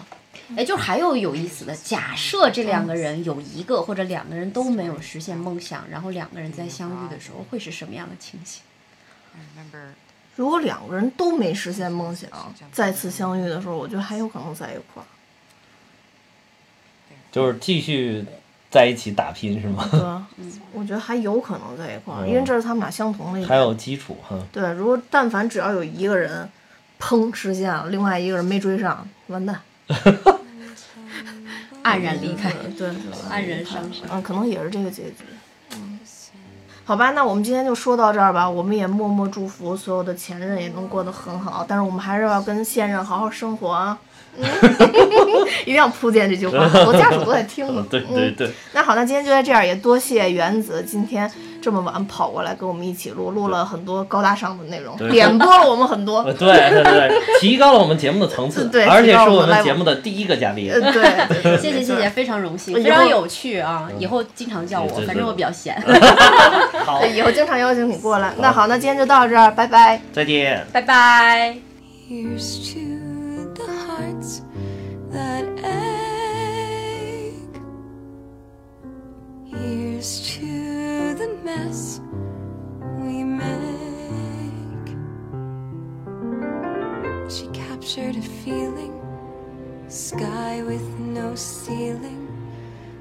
哎，就是还有有意思的，假设这两个人有一个或者两个人都没有实现梦想，然后两个人在相遇的时候会是什么样的情形？如果两个人都没实现梦想，再次相遇的时候，我觉得还有可能在一块 儿。就是继续在一起打拼是吗？ 对吧，我觉得还有可能在一块儿，嗯因为这是他们俩相同的一还点。有基础哈，对，如果但凡只要有一个人，砰实现了，另外一个人没追上，完蛋，黯然离开，对，黯然伤神。嗯，可能也是这个结局。嗯，好吧，那我们今天就说到这儿吧。我们也默默祝福所有的前任也能过得很好，但是我们还是要跟现任好好生活啊。嗯， 一定要铺垫这句话，我家属都在听呢嗯。对对对，那好，那今天就在这样，也多谢原子今天这么晚跑过来跟我们一起录，录了很多高大上的内容，对点播了我们 很多。呃对对对对，提高了我们节目的层次， 对而且提高是了我我们们 level 节目的第一个嘉宾呃，，对对，对谢谢谢谢，。非常荣幸，以非常后有趣啊！以后经常叫我对对，对反正我比较闲。好对，对以后经常邀请你过来。那好，那今天就到这儿，拜拜。再见。拜拜。 Here's to the hearts that ache. Here's to the mess we make. She captured a feeling, sky with no ceiling,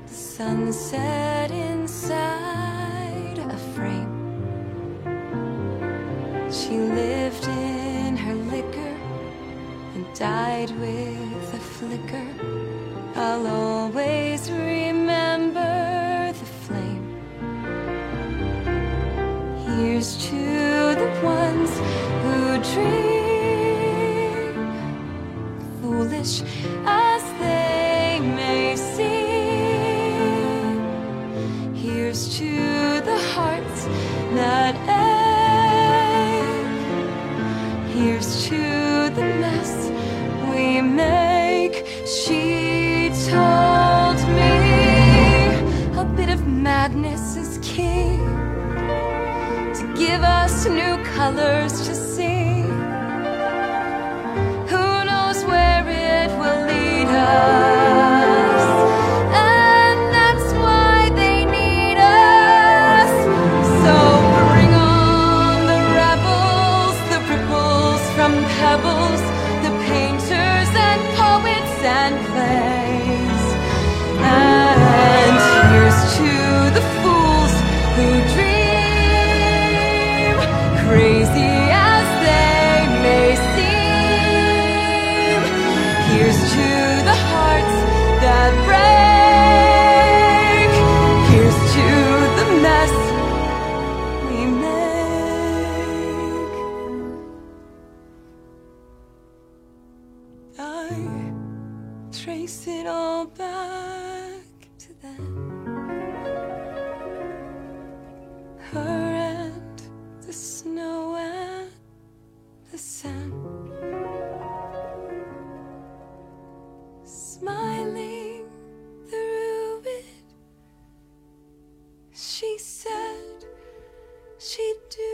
the sunset inside a frame. She lived in her liquor and died with a flicker. I'll always remember the flame. Here's to the ones who dream, foolish as they may seem. Here's to the hearts that ache. Here's to the mess we make. She told me a bit of madness is key to give us new colors to see. Who knows where it will lead us? And that's why they need us. So bring on the rebels, the ripples from pebbles, the painters and poets and plays. And here's to the fools who dream, crazy as they may seem. Here's to the hearts that break. Here's to the mess we make. I trace it all back to them. Her and the snow and the sun. Smiling through it, she said she'd do.